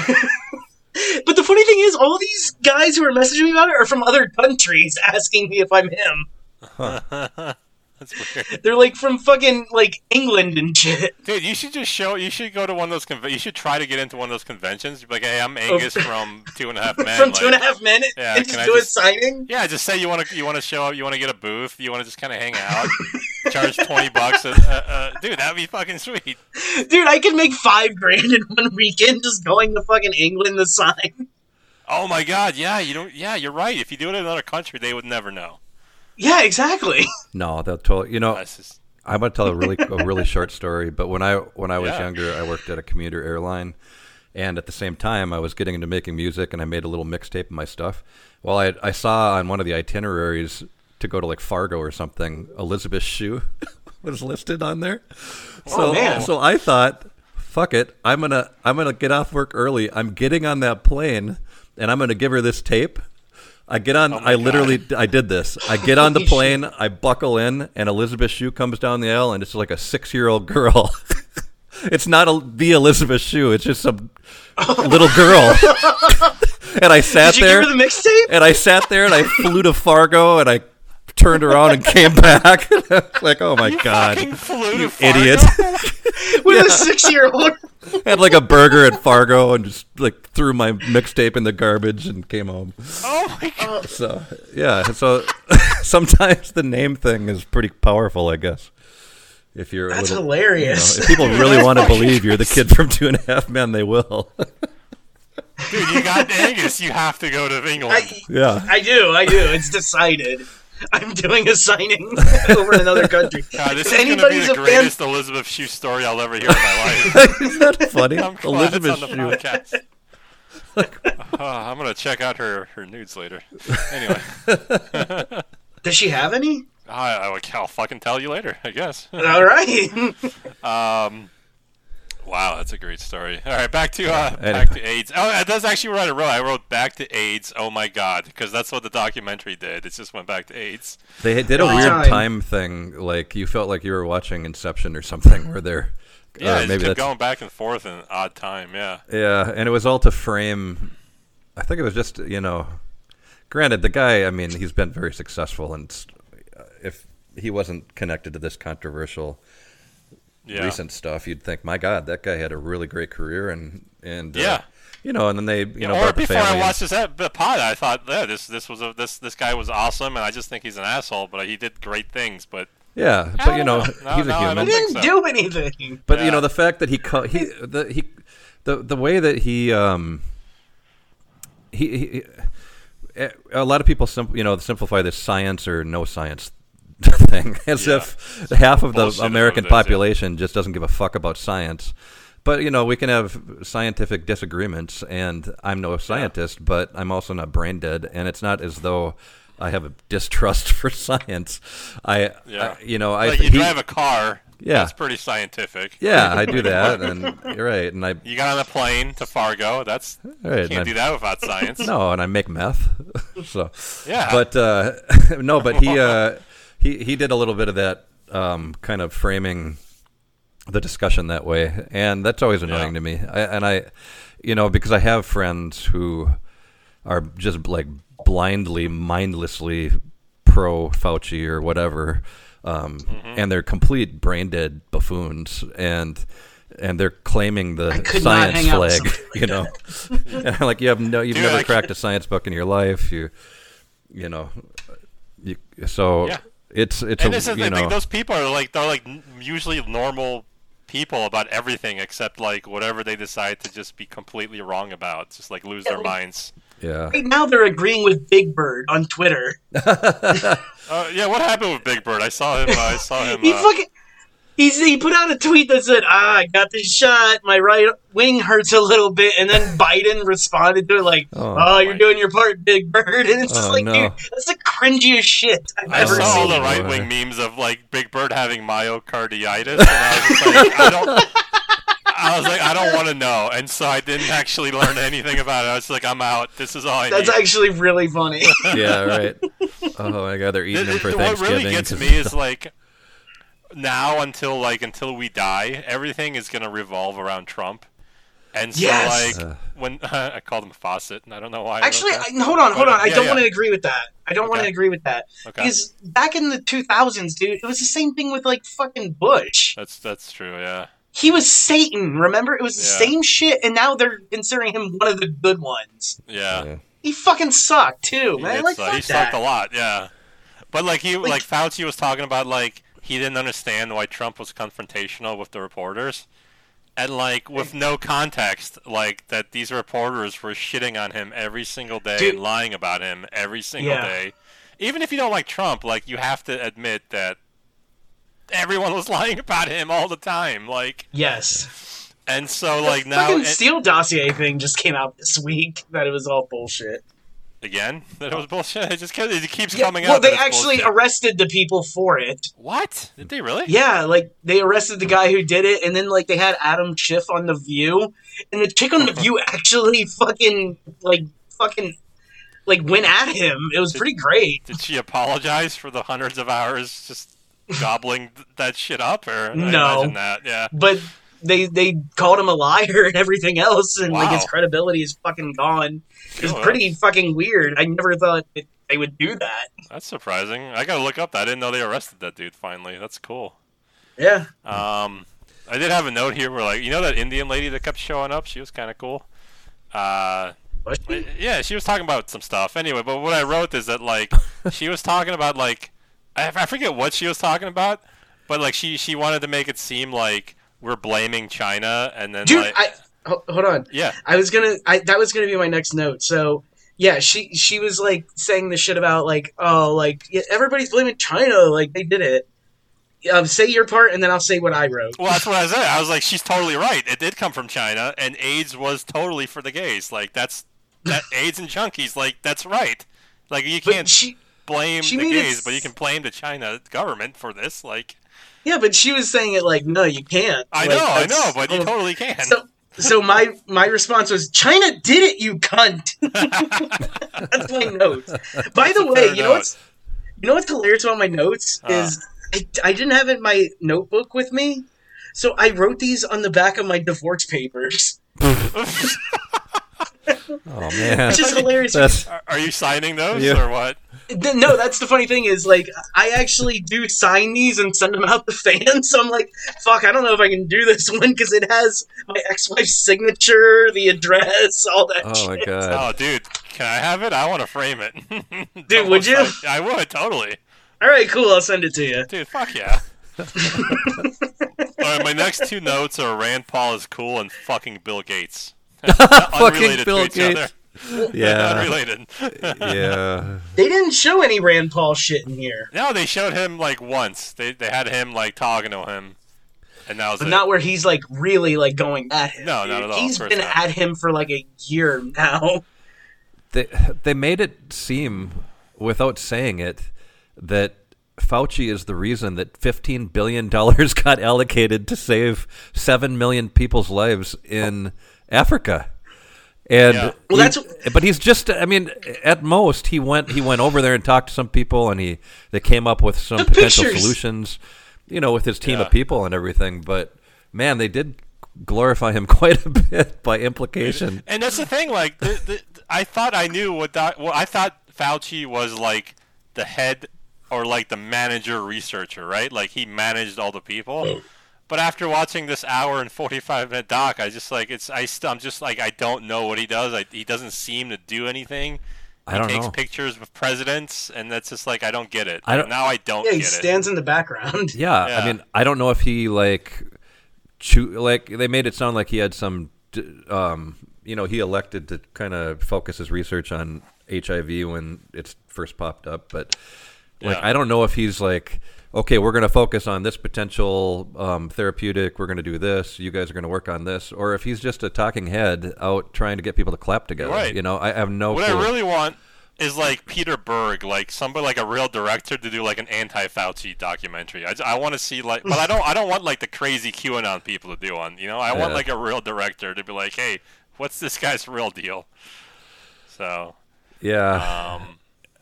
Speaker 3: but the funny thing is all these guys who are messaging me about it are from other countries asking me if I'm him.
Speaker 4: That's weird.
Speaker 3: They're like from fucking like England and shit.
Speaker 4: Dude, you should just show. You should go to one of those. Conve- you should try to get into one of those conventions. You'd be like, hey, I'm Angus from Two and a Half Men.
Speaker 3: from
Speaker 4: like-
Speaker 3: two and a half minutes
Speaker 4: Yeah,
Speaker 3: and
Speaker 4: can
Speaker 3: just
Speaker 4: I
Speaker 3: do
Speaker 4: just-
Speaker 3: a signing.
Speaker 4: Yeah, just say you want to. You want to show up. You want to get a booth. You want to just kind of hang out. charge twenty bucks. Uh, uh, uh, dude, that'd be fucking sweet.
Speaker 3: Dude, I could make five grand in one weekend just going to fucking England to sign.
Speaker 4: Oh my god. Yeah, you don't. Yeah, you're right. If you do it in another country, they would never know.
Speaker 3: Yeah, exactly.
Speaker 5: No, they'll totally. You know,
Speaker 4: That's just-
Speaker 5: I'm gonna tell a really a really short story. But when I when I was
Speaker 4: Yeah.
Speaker 5: younger, I worked at a commuter airline, and at the same time, I was getting into making music, and I made a little mixtape of my stuff. Well, I I saw on one of the itineraries to go to like Fargo or something, Elizabeth Shue was listed on there. So
Speaker 3: man.
Speaker 5: so I thought, fuck it, I'm gonna I'm gonna get off work early. I'm getting on that plane, and I'm gonna give her this tape. I get
Speaker 3: Oh
Speaker 5: on. I literally, I did this. I get on the plane. I buckle in, and Elizabeth Shue comes down the aisle, and it's like a six-year-old girl. it's not a, the Elizabeth Shue. It's just some little girl. and I sat
Speaker 3: Did you
Speaker 5: there,
Speaker 3: give her the mixtape?
Speaker 5: and I sat there, and I flew to Fargo, and I turned around and came back. like, oh my
Speaker 4: Fucking
Speaker 5: god,
Speaker 4: flew to Fargo?
Speaker 5: idiot!
Speaker 3: With a six year old?
Speaker 5: Had like a burger at Fargo, and just like threw my mixtape in the garbage and came home.
Speaker 4: Oh my god.
Speaker 5: So yeah, so sometimes the name thing is pretty powerful, I guess. If you're a
Speaker 3: That's
Speaker 5: little, you know,
Speaker 3: hilarious.
Speaker 5: if people really want to believe you're the kid from Two and a Half Men, they will.
Speaker 4: Dude, you got Angus. You have to go to England.
Speaker 3: I,
Speaker 5: yeah,
Speaker 3: I do, I do. It's decided. I'm doing a signing over in another country.
Speaker 4: God, this
Speaker 3: if
Speaker 4: is going to be
Speaker 3: anybody's
Speaker 4: the
Speaker 3: a fan,
Speaker 4: greatest Elizabeth Shue story I'll ever hear in my life.
Speaker 5: is that funny?
Speaker 4: I'm glad it's
Speaker 5: Elizabeth
Speaker 4: on the
Speaker 5: Shue.
Speaker 4: podcast. Uh, I'm going to check out her, her nudes later. Anyway,
Speaker 3: does she have any?
Speaker 4: I, I, will- I'll fucking tell you later, I guess.
Speaker 3: All right.
Speaker 4: Wow, that's a great story. All right, back to uh,
Speaker 5: anyway.
Speaker 4: back to AIDS. Oh, that's actually where I wrote. I wrote back to AIDS. Oh my god, because that's what the documentary did. It just went back to AIDS.
Speaker 5: They did a
Speaker 3: Wow.
Speaker 5: weird
Speaker 3: Time.
Speaker 5: time thing, like you felt like you were watching Inception or something, where they're
Speaker 4: Yeah,
Speaker 5: uh,
Speaker 4: it
Speaker 5: maybe
Speaker 4: kept
Speaker 5: that's
Speaker 4: going back and forth in an odd time. Yeah,
Speaker 5: Yeah, and it was all to frame. I think it was just you know, granted the guy. I mean, he's been very successful, and s- uh, if he wasn't connected to this controversial
Speaker 4: yeah.
Speaker 5: recent stuff, you'd think, my God, that guy had a really great career, and and uh,
Speaker 4: Yeah.
Speaker 5: you know, and then they you know
Speaker 4: or
Speaker 5: brought the
Speaker 4: before
Speaker 5: family.
Speaker 4: I
Speaker 5: in.
Speaker 4: watched this ep- the pod, I thought, yeah, this this was a, this this guy was awesome, and I just think he's an asshole, but he did great things. But
Speaker 5: yeah, but
Speaker 4: don't
Speaker 5: you know,
Speaker 4: know. No,
Speaker 5: he's
Speaker 4: no,
Speaker 5: a
Speaker 4: I
Speaker 5: human.
Speaker 4: don't think
Speaker 3: didn't
Speaker 4: so.
Speaker 3: do anything.
Speaker 5: But
Speaker 4: Yeah.
Speaker 5: you know the fact that he co- he the he the the way that he um he, he eh, a lot of people sim- you know simplify this science or no science thing as
Speaker 4: Yeah.
Speaker 5: if half of the
Speaker 4: Bullshit
Speaker 5: American
Speaker 4: about that, yeah.
Speaker 5: population just doesn't give a fuck about science. But you know we can have scientific disagreements, and I'm no scientist, but I'm also not brain dead, and it's not as though. I have a distrust for science. I,
Speaker 4: yeah,
Speaker 5: I- you know, I
Speaker 4: like you
Speaker 5: he-
Speaker 4: drive a car.
Speaker 5: Yeah.
Speaker 4: that's pretty scientific.
Speaker 5: yeah, I do that, and you're right. And I
Speaker 4: You got on a plane to Fargo. That's
Speaker 5: All right,
Speaker 4: you
Speaker 5: and
Speaker 4: can't
Speaker 5: I-
Speaker 4: do that without science.
Speaker 5: no, and I make meth. so
Speaker 4: Yeah.
Speaker 5: but uh, no, but he uh, he he did a little bit of that um, kind of framing the discussion that way, and that's always annoying
Speaker 4: Yeah.
Speaker 5: to me. I, and I, you know, because I have friends who are just like blindly, mindlessly pro Fauci or whatever, um,
Speaker 4: Mm-hmm.
Speaker 5: and they're complete brain dead buffoons, and and they're claiming the
Speaker 3: could not
Speaker 5: science
Speaker 3: hang out with
Speaker 5: flag,
Speaker 3: somebody like
Speaker 5: you know. and I'm like you have no, you've
Speaker 4: Dude,
Speaker 5: never
Speaker 4: I
Speaker 5: cracked a science book in your life. You, you know, you, so
Speaker 4: Yeah.
Speaker 5: it's it's
Speaker 4: and
Speaker 5: a,
Speaker 4: this is
Speaker 5: you
Speaker 4: the
Speaker 5: know,
Speaker 4: thing; those people are like they're like n- usually normal people about everything except like whatever they decide to just be completely wrong about, just like lose their minds.
Speaker 5: yeah.
Speaker 3: Right now they're agreeing with Big Bird on Twitter.
Speaker 4: Uh, yeah, what happened with Big Bird? I saw him. Uh, I saw him.
Speaker 3: He
Speaker 4: uh,
Speaker 3: fucking he's, he put out a tweet that said, "Ah, I got this shot. My right wing hurts a little bit." And then Biden responded to it like, "Oh,
Speaker 5: Oh,
Speaker 3: you're
Speaker 4: my-
Speaker 3: doing your part, Big Bird." And it's just
Speaker 5: Oh,
Speaker 3: like,
Speaker 5: no.
Speaker 3: dude, that's the cringiest shit I've
Speaker 4: I
Speaker 3: ever
Speaker 4: saw all
Speaker 3: seen.
Speaker 4: the
Speaker 5: boy.
Speaker 4: right wing memes of like Big Bird having myocarditis, and I was just like, I don't. I was like, I don't want to know, and so I didn't actually learn anything about it. I was like, I'm out. This is all I
Speaker 3: That's
Speaker 4: need.
Speaker 3: actually really funny.
Speaker 5: yeah, right. Oh my god, they're eating
Speaker 4: Th- th-
Speaker 5: them for
Speaker 4: what
Speaker 5: Thanksgiving.
Speaker 4: really gets
Speaker 5: 'cause-
Speaker 4: me is like now until like until we die, everything is gonna revolve around Trump. And so,
Speaker 3: Yes!
Speaker 4: like, when I called him Fawcett, and I don't know why. I wrote
Speaker 3: Actually,
Speaker 4: that.
Speaker 3: I, hold on, hold on. I
Speaker 4: Yeah,
Speaker 3: don't
Speaker 4: yeah.
Speaker 3: want to agree with that. I don't want to
Speaker 4: Okay.
Speaker 3: agree with that
Speaker 4: Okay.
Speaker 3: because back in the 2000s, dude, it was the same thing with like fucking Bush.
Speaker 4: that's that's true. Yeah,
Speaker 3: He was Satan. Remember, it was the
Speaker 4: Yeah.
Speaker 3: same shit, and now they're considering him one of the good ones.
Speaker 4: yeah.
Speaker 5: Yeah.
Speaker 3: He fucking sucked too,
Speaker 4: He
Speaker 3: man.
Speaker 4: did
Speaker 3: like
Speaker 4: suck. he
Speaker 3: fuck
Speaker 4: sucked a
Speaker 3: that.
Speaker 4: lot. Yeah, but like he
Speaker 3: Like-
Speaker 4: like, Fauci was talking about like he didn't understand why Trump was confrontational with the reporters, and like with no context, like that these reporters were shitting on him every single day
Speaker 3: Dude.
Speaker 4: and lying about him every single
Speaker 3: Yeah.
Speaker 4: day. Even if you don't like Trump, like you have to admit that everyone was lying about him all the time. Like
Speaker 3: Yes.
Speaker 4: and so like now
Speaker 3: fucking
Speaker 4: it-
Speaker 3: Steele dossier thing just came out this week that it was all bullshit.
Speaker 4: again that it was bullshit. It just kept, it keeps
Speaker 3: Yeah,
Speaker 4: coming
Speaker 3: well,
Speaker 4: out.
Speaker 3: they actually arrested the people for it.
Speaker 4: what did they really?
Speaker 3: Yeah, like they arrested the guy who did it, and then like they had Adam Schiff on the View, and the chick on the View actually fucking like fucking like went at him. It was pretty great.
Speaker 4: Did she apologize for the hundreds of hours just gobbling th- that shit up? Or I
Speaker 3: No.
Speaker 4: imagine that. Yeah,
Speaker 3: But they they called him a liar and everything else, and like his
Speaker 4: Wow. Oh,
Speaker 3: credibility is fucking gone. It's
Speaker 4: Sure.
Speaker 3: pretty fucking weird. I never thought that they would do that.
Speaker 4: that's surprising. I gotta look up that. I didn't know they arrested that dude. Finally, that's cool.
Speaker 3: Yeah.
Speaker 4: Um, I did have a note here where like you know that Indian lady that kept showing up. She was kind of cool. Uh,
Speaker 3: Was she?
Speaker 4: yeah, she was talking about some stuff anyway. But what I wrote is that like she was talking about like I, I forget what she was talking about, but like she she wanted to make it seem like we're blaming China and then
Speaker 3: Dude,
Speaker 4: like
Speaker 3: I ho- hold on.
Speaker 4: yeah
Speaker 3: I was gonna. I that was gonna be my next note. So yeah, she she was like saying the shit about like oh like yeah, everybody's blaming China like they did it. Um, say your part and then I'll say what I wrote.
Speaker 4: Well, that's what I said. I was like, she's totally right. It did come from China, and AIDS was totally for the gays. Like that's that AIDS and junkies. Like that's right. Like you
Speaker 3: But
Speaker 4: can't
Speaker 3: she
Speaker 4: blame
Speaker 3: she
Speaker 4: the
Speaker 3: made it
Speaker 4: gays,
Speaker 3: s-
Speaker 4: but you can blame the China government for this. Like
Speaker 3: yeah, but she was saying it like no, you can't.
Speaker 4: I
Speaker 3: Like,
Speaker 4: know, I
Speaker 3: that's-
Speaker 4: know, but you
Speaker 3: oh.
Speaker 4: totally can.
Speaker 3: So so my my response was China did it, you cunt. That's my notes. By the
Speaker 4: a
Speaker 3: way,
Speaker 4: fair
Speaker 3: you know
Speaker 4: note.
Speaker 3: what's you know what's hilarious about my notes
Speaker 4: Uh.
Speaker 3: is I, I didn't have it in my notebook with me, so I wrote these on the back of my divorce papers,
Speaker 5: Oh man,
Speaker 3: which is hilarious.
Speaker 5: that's
Speaker 4: Are- Are you signing those
Speaker 5: Yeah.
Speaker 4: or what?
Speaker 3: Th- no, that's the funny thing is like I actually do sign these and send them out to fans. So I'm like, fuck, I don't know if I can do this one because it has my ex-wife's signature, the address, all that.
Speaker 5: oh my
Speaker 3: shit.
Speaker 5: god.
Speaker 4: Oh, dude, can I have it? I want to frame it.
Speaker 3: Dude, would you?
Speaker 4: I would totally.
Speaker 3: All right, cool. I'll send it to you.
Speaker 4: Dude, fuck yeah. All right, my next two notes are Rand Paul is cool and fucking Bill Gates. Unrelated
Speaker 5: Bill
Speaker 4: to each other.
Speaker 5: Gates. Yeah,
Speaker 4: Unrelated.
Speaker 5: yeah.
Speaker 3: They didn't show any Rand Paul shit in here,
Speaker 4: no, they showed him like once. They they had him like talking to him, and that was
Speaker 3: but
Speaker 4: it.
Speaker 3: not where he's like really like going at him.
Speaker 4: No, not
Speaker 3: dude.
Speaker 4: at all,
Speaker 3: He's
Speaker 4: of course
Speaker 3: been
Speaker 4: not.
Speaker 3: at him for like a year now.
Speaker 5: They they made it seem, without saying it, that Fauci is the reason that 15 billion dollars got allocated to save 7 million people's lives in Africa. And
Speaker 4: Yeah.
Speaker 3: Well,
Speaker 5: he-
Speaker 3: that's-
Speaker 5: but he's just I mean at most he went he went over there and talked to some people and he they came up with some
Speaker 3: Took
Speaker 5: potential
Speaker 3: pictures.
Speaker 5: solutions, you know, with his team
Speaker 4: Yeah.
Speaker 5: of people and everything, but man, they did glorify him quite a bit by implication.
Speaker 4: And that's the thing. Like, the, the, I thought I knew what doc, well, I thought Fauci was like the head or like the manager researcher, right? Like he managed all the
Speaker 5: Oh.
Speaker 4: people. But after watching this hour and forty-five minute doc, I just like it's. I st- I'm just like I don't know what he does. I, he doesn't seem to do anything.
Speaker 5: I don't
Speaker 4: he takes
Speaker 5: know.
Speaker 4: pictures with presidents, and that's just like I don't get it.
Speaker 5: I don't-
Speaker 4: now I don't
Speaker 3: Yeah, he
Speaker 4: get
Speaker 3: stands in the background.
Speaker 5: Yeah,
Speaker 4: Yeah.
Speaker 5: I mean, I don't know if he like, cho- like they made it sound like he had some, d- um, you know, he elected to kind of focus his research on HIV when it's first popped up, but like
Speaker 4: Yeah.
Speaker 5: I don't know if he's like, okay, we're going to focus on this potential um, therapeutic, we're going to do this, you guys are going to work on this, or if he's just a talking head out trying to get people to clap together.
Speaker 4: Right.
Speaker 5: You know, I have no.
Speaker 4: What
Speaker 5: clue.
Speaker 4: I really want is like Peter Berg, like somebody like a real director to do like an anti-Fauci documentary. I, want to see like, but I don't I don't want like the crazy QAnon people to do one. You know, I want
Speaker 5: Yeah.
Speaker 4: like a real director to be like, hey, what's this guy's real deal? So
Speaker 5: yeah.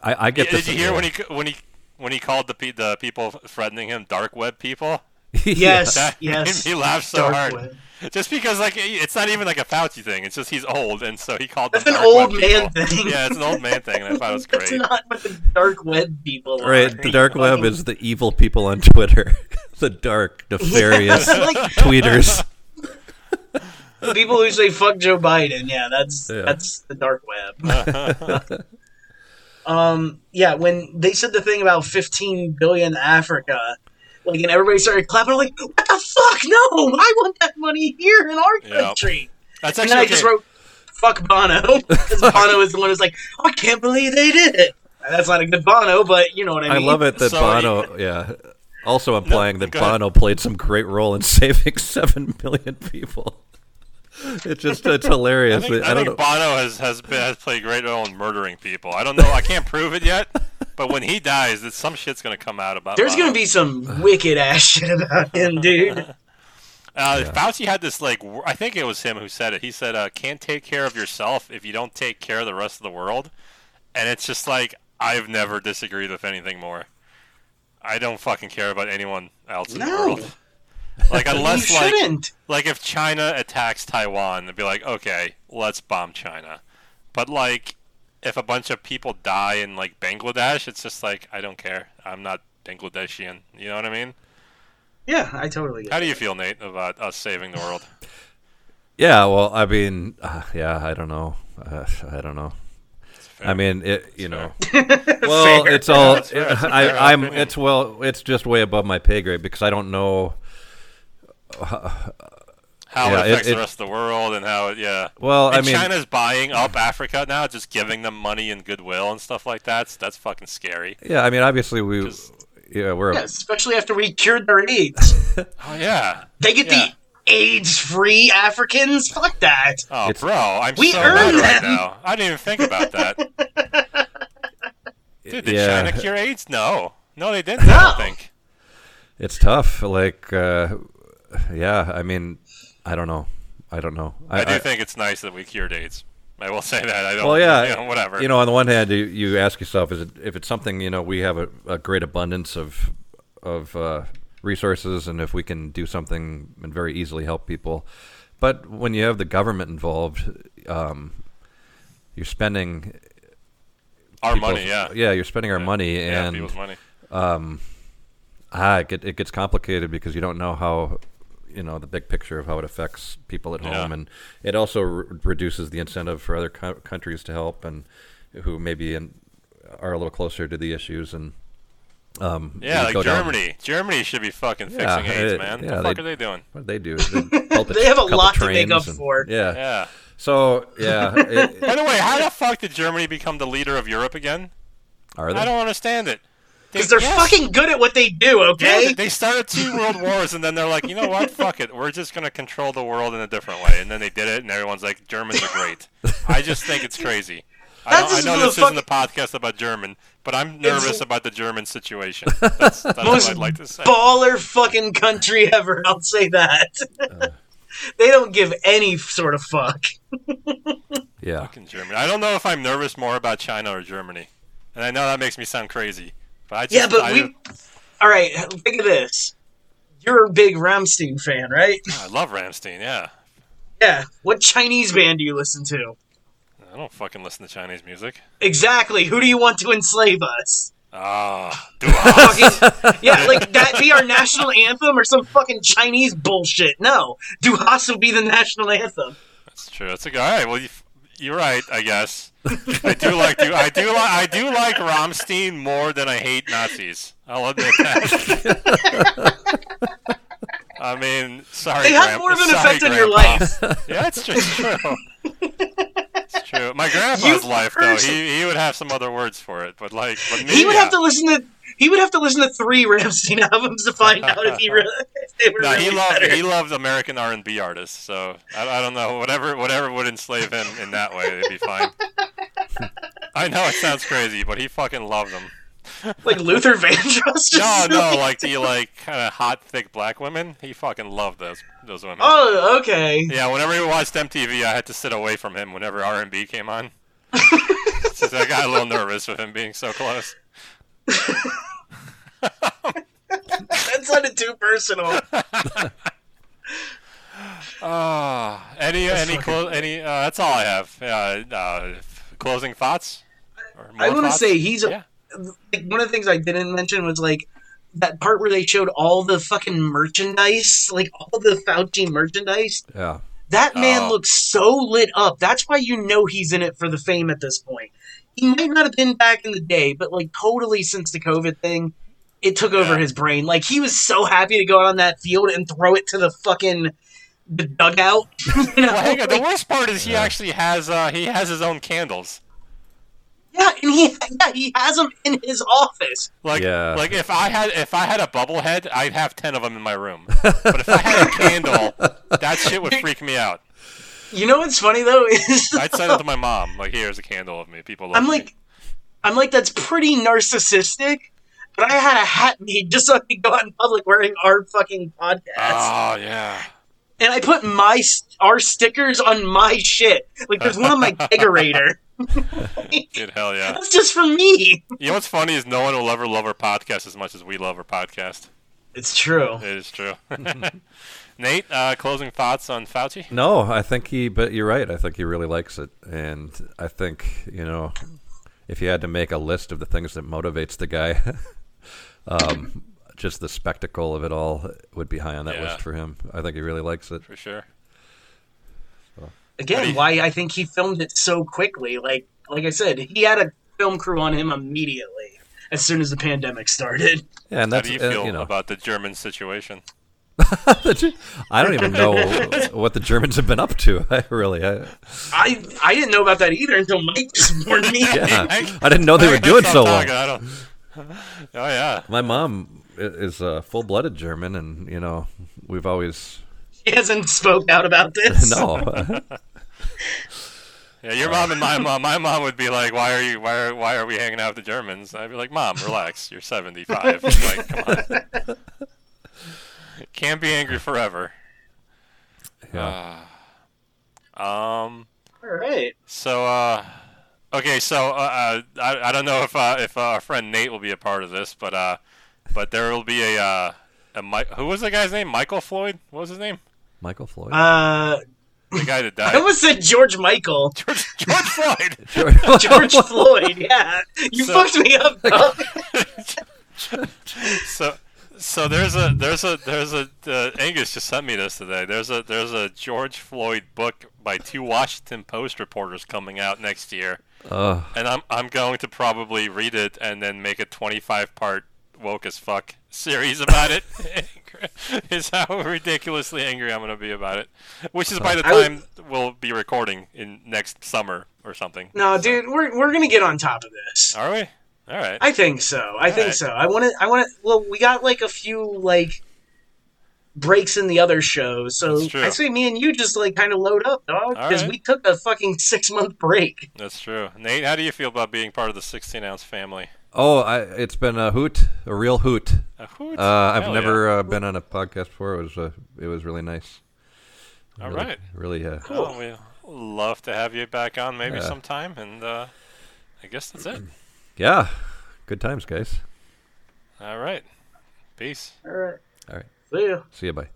Speaker 5: I, I get
Speaker 4: Um, did
Speaker 5: this.
Speaker 4: you hear when he when he when he called the pe- the people threatening him dark web people?
Speaker 3: Yes,
Speaker 4: That
Speaker 3: yes.
Speaker 4: made me laugh so
Speaker 3: Dark
Speaker 4: hard.
Speaker 3: web.
Speaker 4: Just because, like, it's not even like a Fauci thing. It's just he's old, and so he called.
Speaker 3: That's
Speaker 4: them
Speaker 3: an
Speaker 4: dark web
Speaker 3: old man
Speaker 4: people.
Speaker 3: thing.
Speaker 4: Yeah, it's an old man thing, and I thought it was great.
Speaker 3: That's not what the dark web people are.
Speaker 5: Right, the dark web is the evil people on Twitter, the dark nefarious
Speaker 3: like
Speaker 5: tweeters.
Speaker 3: the people who say "fuck Joe Biden." Yeah, that's
Speaker 5: Yeah.
Speaker 3: that's the dark web. um, yeah, when they said the thing about 15 billion Africa, like, and everybody started clapping, I'm like, "What the fuck? No, I want that money here in our
Speaker 4: Yeah.
Speaker 3: country."
Speaker 4: That's
Speaker 3: And then
Speaker 4: actually
Speaker 3: I
Speaker 4: okay.
Speaker 3: just wrote, "Fuck Bono," because Bono is the one who's like, "I can't believe they did it." That's not a good Bono, but you know what I
Speaker 5: I
Speaker 3: mean.
Speaker 5: love it that
Speaker 4: So-
Speaker 5: Bono, yeah, also implying that
Speaker 4: go ahead.
Speaker 5: Bono played some great role in saving seven million people. It just it's hilarious.
Speaker 4: I think, I
Speaker 5: don't
Speaker 4: think
Speaker 5: know.
Speaker 4: Bono has has, been, has played a great role in murdering people. I don't know. I can't prove it yet. But when he dies, that some shit's gonna come out about.
Speaker 3: There's
Speaker 4: Bono.
Speaker 3: gonna be some wicked ass shit about him, dude.
Speaker 4: Uh, Fauci had this like wor- I think it was him who said it. He said, uh, "Can't take care of yourself if you don't take care of the rest of the world," and it's just like I've never disagreed with anything more. I don't fucking care about anyone else in the
Speaker 3: No.
Speaker 4: world. Like
Speaker 3: You
Speaker 4: unless like
Speaker 3: shouldn't.
Speaker 4: like if China attacks Taiwan, they'd be like, okay, let's bomb China. But like if a bunch of people die in like Bangladesh, it's just like I don't care. I'm not Bangladeshian. You know what I mean?
Speaker 3: Yeah, I totally get
Speaker 4: How do you feel, Nate, about us saving the world?
Speaker 5: Yeah, well, I mean, uh, yeah, I don't know. Uh, I don't know. I mean, it, you know. well, it's all. I, I'm. It's well. It's just way above my pay grade because I don't know.
Speaker 4: How
Speaker 5: Yeah,
Speaker 4: it
Speaker 5: it-
Speaker 4: affects
Speaker 5: it-
Speaker 4: the rest of the world and how it, yeah.
Speaker 5: Well, I
Speaker 4: and
Speaker 5: mean-
Speaker 4: China's buying up Africa now, just giving them money and goodwill and stuff like that. So that's fucking scary.
Speaker 5: Yeah, I mean, obviously we.
Speaker 4: Just-
Speaker 5: yeah, we're.
Speaker 3: Yeah, especially after we cured their AIDS.
Speaker 4: Oh yeah.
Speaker 3: They get
Speaker 4: Yeah.
Speaker 3: the AIDS-free Africans. Fuck that.
Speaker 4: Oh,
Speaker 5: It's-
Speaker 4: bro, I'm
Speaker 3: We
Speaker 4: so mad
Speaker 3: earned
Speaker 4: right
Speaker 3: them.
Speaker 4: now. I didn't even think about that. Dude, did
Speaker 5: yeah,
Speaker 4: China cure AIDS? No. No, they didn't, I don't
Speaker 3: No.
Speaker 4: think.
Speaker 5: it's tough. Like, uh, yeah, I mean, I don't know. I don't know.
Speaker 4: I, do think it's nice that we cured AIDS. I will say that. I don't.
Speaker 5: Well, yeah,
Speaker 4: you know, whatever.
Speaker 5: You know, on the one hand, you, you ask yourself, is it if it's something you know we have a, a great abundance of of uh, resources, and if we can do something and very easily help people, but when you have the government involved, um, you're spending
Speaker 4: our
Speaker 5: people's-
Speaker 4: money. Yeah.
Speaker 5: yeah, you're spending our money,
Speaker 4: Yeah,
Speaker 5: and
Speaker 4: people's money.
Speaker 5: ah, it, get, it gets complicated because you don't know how you know the big picture of how it affects people at home
Speaker 4: Yeah.
Speaker 5: and it also re- reduces the incentive for other co- countries to help and who maybe in, are a little closer to the issues and um
Speaker 4: Yeah,
Speaker 5: we
Speaker 4: like
Speaker 5: go down-
Speaker 4: Germany. Germany should be fucking
Speaker 5: Yeah,
Speaker 4: fixing AIDS,
Speaker 5: it-
Speaker 4: man.
Speaker 5: yeah,
Speaker 4: the fuck
Speaker 5: they-
Speaker 4: are they doing?
Speaker 5: what did they do Is they, built
Speaker 3: They have a
Speaker 5: couple
Speaker 3: lot to make
Speaker 5: trains
Speaker 3: up for.
Speaker 5: yeah.
Speaker 4: Yeah.
Speaker 5: so yeah it-
Speaker 4: By the way, how the fuck did Germany become the leader of Europe again?
Speaker 5: are they
Speaker 4: I don't understand it.
Speaker 3: Because they're
Speaker 4: yes.
Speaker 3: fucking good at what they do,
Speaker 4: Yeah,
Speaker 3: okay?
Speaker 4: they- they started two world wars, and then they're like, you know what? Fuck it. We're just gonna control the world in a different way. And then they did it, and everyone's like, Germans are great. I just think it's crazy. I,
Speaker 3: That's
Speaker 4: don't, I
Speaker 3: just
Speaker 4: know
Speaker 3: the
Speaker 4: this isn't a podcast about German, but I'm nervous about the German situation. That's, that's what
Speaker 3: Most
Speaker 4: I'd like to say.
Speaker 3: Baller fucking country ever, I'll say that.
Speaker 4: Uh.
Speaker 3: they don't give any sort of fuck.
Speaker 5: yeah
Speaker 4: Fucking Germany. I don't know if I'm nervous more about China or Germany, and I know that makes me sound crazy. But I just,
Speaker 3: Yeah, but
Speaker 4: I,
Speaker 3: we. All right, think of this. You're a big Ramstein fan, right?
Speaker 4: I love Ramstein. Yeah,
Speaker 3: Yeah. What Chinese band do you listen to?
Speaker 4: I don't fucking listen to Chinese music.
Speaker 3: Exactly. Who do you want to enslave us?
Speaker 4: Ah,
Speaker 3: fucking yeah, like that be our national anthem or some fucking Chinese bullshit. No, Duhas will be the national anthem.
Speaker 4: That's true. That's a good. All right. Well, you, you're right. I guess I do like do I do li- I do like Rammstein more than I hate Nazis. I'll admit that. I mean, sorry.
Speaker 3: They had
Speaker 4: Grandpa-
Speaker 3: more of an
Speaker 4: sorry,
Speaker 3: effect on your
Speaker 4: Grandpa.
Speaker 3: life.
Speaker 4: Yeah, it's just true. it's true. My grandpa's
Speaker 3: You
Speaker 4: life, though,
Speaker 3: person-
Speaker 4: he, he would have some other words for it, but like, but me,
Speaker 3: He would have
Speaker 4: yeah.
Speaker 3: to listen to he would have to listen to three Ramstein albums to find out if he really, if they were
Speaker 4: No,
Speaker 3: really
Speaker 4: he loved
Speaker 3: better.
Speaker 4: he loved American R and B artists, so I, I don't know whatever whatever would enslave him in that way, it'd be fine. I know it sounds crazy, but he fucking loved them.
Speaker 3: like Luther Vandross. Just
Speaker 4: No, no,
Speaker 3: silly.
Speaker 4: like the like kind of hot, thick black women. He fucking loved those those women.
Speaker 3: Oh, okay.
Speaker 4: Yeah, whenever we watched MTV, I had to sit away from him whenever R and B came on. It's just I got a little nervous with him being so close.
Speaker 3: That's sounded too personal.
Speaker 4: Uh, any any clo- any uh, that's all I have. Uh, uh, closing thoughts. Or
Speaker 3: I
Speaker 4: more
Speaker 3: want to
Speaker 4: thoughts?
Speaker 3: say he's
Speaker 4: Yeah.
Speaker 3: like one of the things I didn't mention was like that part where they showed all the fucking merchandise, like all the Fauci merchandise.
Speaker 5: Yeah.
Speaker 3: That man
Speaker 4: Oh.
Speaker 3: looks so lit up. That's why you know he's in it for the fame at this point. He might not have been back in the day, but like totally since the COVID thing, it took over
Speaker 4: Yeah.
Speaker 3: his brain. Like he was so happy to go out on that field and throw it to the fucking the dugout. you know?
Speaker 4: Well, hang on. The
Speaker 3: Like,
Speaker 4: worst part is he actually has uh, he has his own candles.
Speaker 3: yeah, and he yeah, he has him in his office.
Speaker 4: Like
Speaker 5: Yeah.
Speaker 4: like if I had if I had a bubble head, I'd have ten of them in my room. But if I had a candle, that shit would freak me out.
Speaker 3: You know what's funny though is
Speaker 4: I'd send it to my mom. Like here's a candle of me. People. Love
Speaker 3: I'm
Speaker 4: me.
Speaker 3: like, I'm like, that's pretty narcissistic. But I had a hat made just so I could go out in public wearing our fucking podcast,
Speaker 4: Oh yeah.
Speaker 3: and I put my s- our stickers on my shit. Like, there's one on my kegerator.
Speaker 4: Dude, hell yeah.
Speaker 3: That's just for me.
Speaker 4: You know what's funny is no one will ever love our podcast as much as we love our podcast.
Speaker 3: It's true.
Speaker 4: It is true. Nate, uh, closing thoughts on Fauci?
Speaker 5: No, I think he. But you're right. I think he really likes it, and I think you know, if you had to make a list of the things that motivates the guy, um, just the spectacle of it all would be high on that
Speaker 4: Yeah.
Speaker 5: list for him. I think he really likes it.
Speaker 4: For sure.
Speaker 3: Again, why I think he filmed it so quickly. Like, like I said, he had a film crew on him immediately as soon as the pandemic started.
Speaker 5: Yeah, and
Speaker 4: How
Speaker 5: that's
Speaker 4: do you
Speaker 5: uh,
Speaker 4: feel
Speaker 5: you know.
Speaker 4: about the German situation?
Speaker 5: the Ge- I don't even know what the Germans have been up to. I really, I,
Speaker 3: I I didn't know about that either until Mike just warned me.
Speaker 5: I, didn't know they were doing so
Speaker 4: Stop
Speaker 5: well.
Speaker 4: talking, I don't- Oh yeah.
Speaker 5: My mom i- is a full-blooded German, and you know, we've always
Speaker 3: He hasn't spoke out about this.
Speaker 5: no.
Speaker 4: Yeah, your mom and my mom. My mom would be like, "Why are you? Why are, why are we hanging out with the Germans?" I'd be like, "Mom, relax. You're 75. like, come on. Can't be angry forever." Uh,
Speaker 5: Yeah.
Speaker 4: Um.
Speaker 3: All right.
Speaker 4: So, uh, okay, so uh, uh, I, I don't know if uh, if uh, our friend Nate will be a part of this, but uh, but there will be a uh, a Mi- who was the guy's name? Michael Floyd? What was his name?
Speaker 5: Michael Floyd.
Speaker 3: Uh,
Speaker 4: The guy that
Speaker 3: I
Speaker 4: died.
Speaker 3: almost said George Michael.
Speaker 4: George, George Floyd.
Speaker 3: George Floyd, yeah. You
Speaker 4: So-
Speaker 3: fucked me up. bro.
Speaker 4: so so there's a there's a there's a uh, Angus just sent me this today. There's a there's a George Floyd book by two Washington Post reporters coming out next year,
Speaker 5: Ugh.
Speaker 4: and I'm I'm going to probably read it and then make a 25 part woke as fuck series about it. is how ridiculously angry I'm going to be about it, which is by the
Speaker 3: I would-
Speaker 4: time we'll be recording in next summer or something.
Speaker 3: No, dude, we're, we're gonna get on top of this.
Speaker 4: Are we? All right.
Speaker 3: I think so. I think
Speaker 4: right.
Speaker 3: so. I want to. I want to. Well, we got like a few like breaks in the other shows, so
Speaker 4: That's true.
Speaker 3: I say me and you just like kind of load up, dog,
Speaker 4: All
Speaker 3: because
Speaker 4: right.
Speaker 3: we took a fucking six month break.
Speaker 4: That's true. Nate, how do you feel about being part of the 16 ounce family?
Speaker 5: Oh, I, it's been a hoot, a real hoot.
Speaker 4: A hoot.
Speaker 5: Uh, I've
Speaker 4: Hell
Speaker 5: never uh, been on a podcast before. It was uh, it was really nice.
Speaker 4: Yeah. All
Speaker 5: really,
Speaker 4: right.
Speaker 5: Really, uh,
Speaker 4: Well, we love to have you back on maybe
Speaker 5: Yeah.
Speaker 4: sometime, and uh, I guess that's it.
Speaker 5: yeah. Good times, guys.
Speaker 4: All right. Peace.
Speaker 3: All right.
Speaker 5: All right.
Speaker 3: See ya.
Speaker 5: See you. Bye.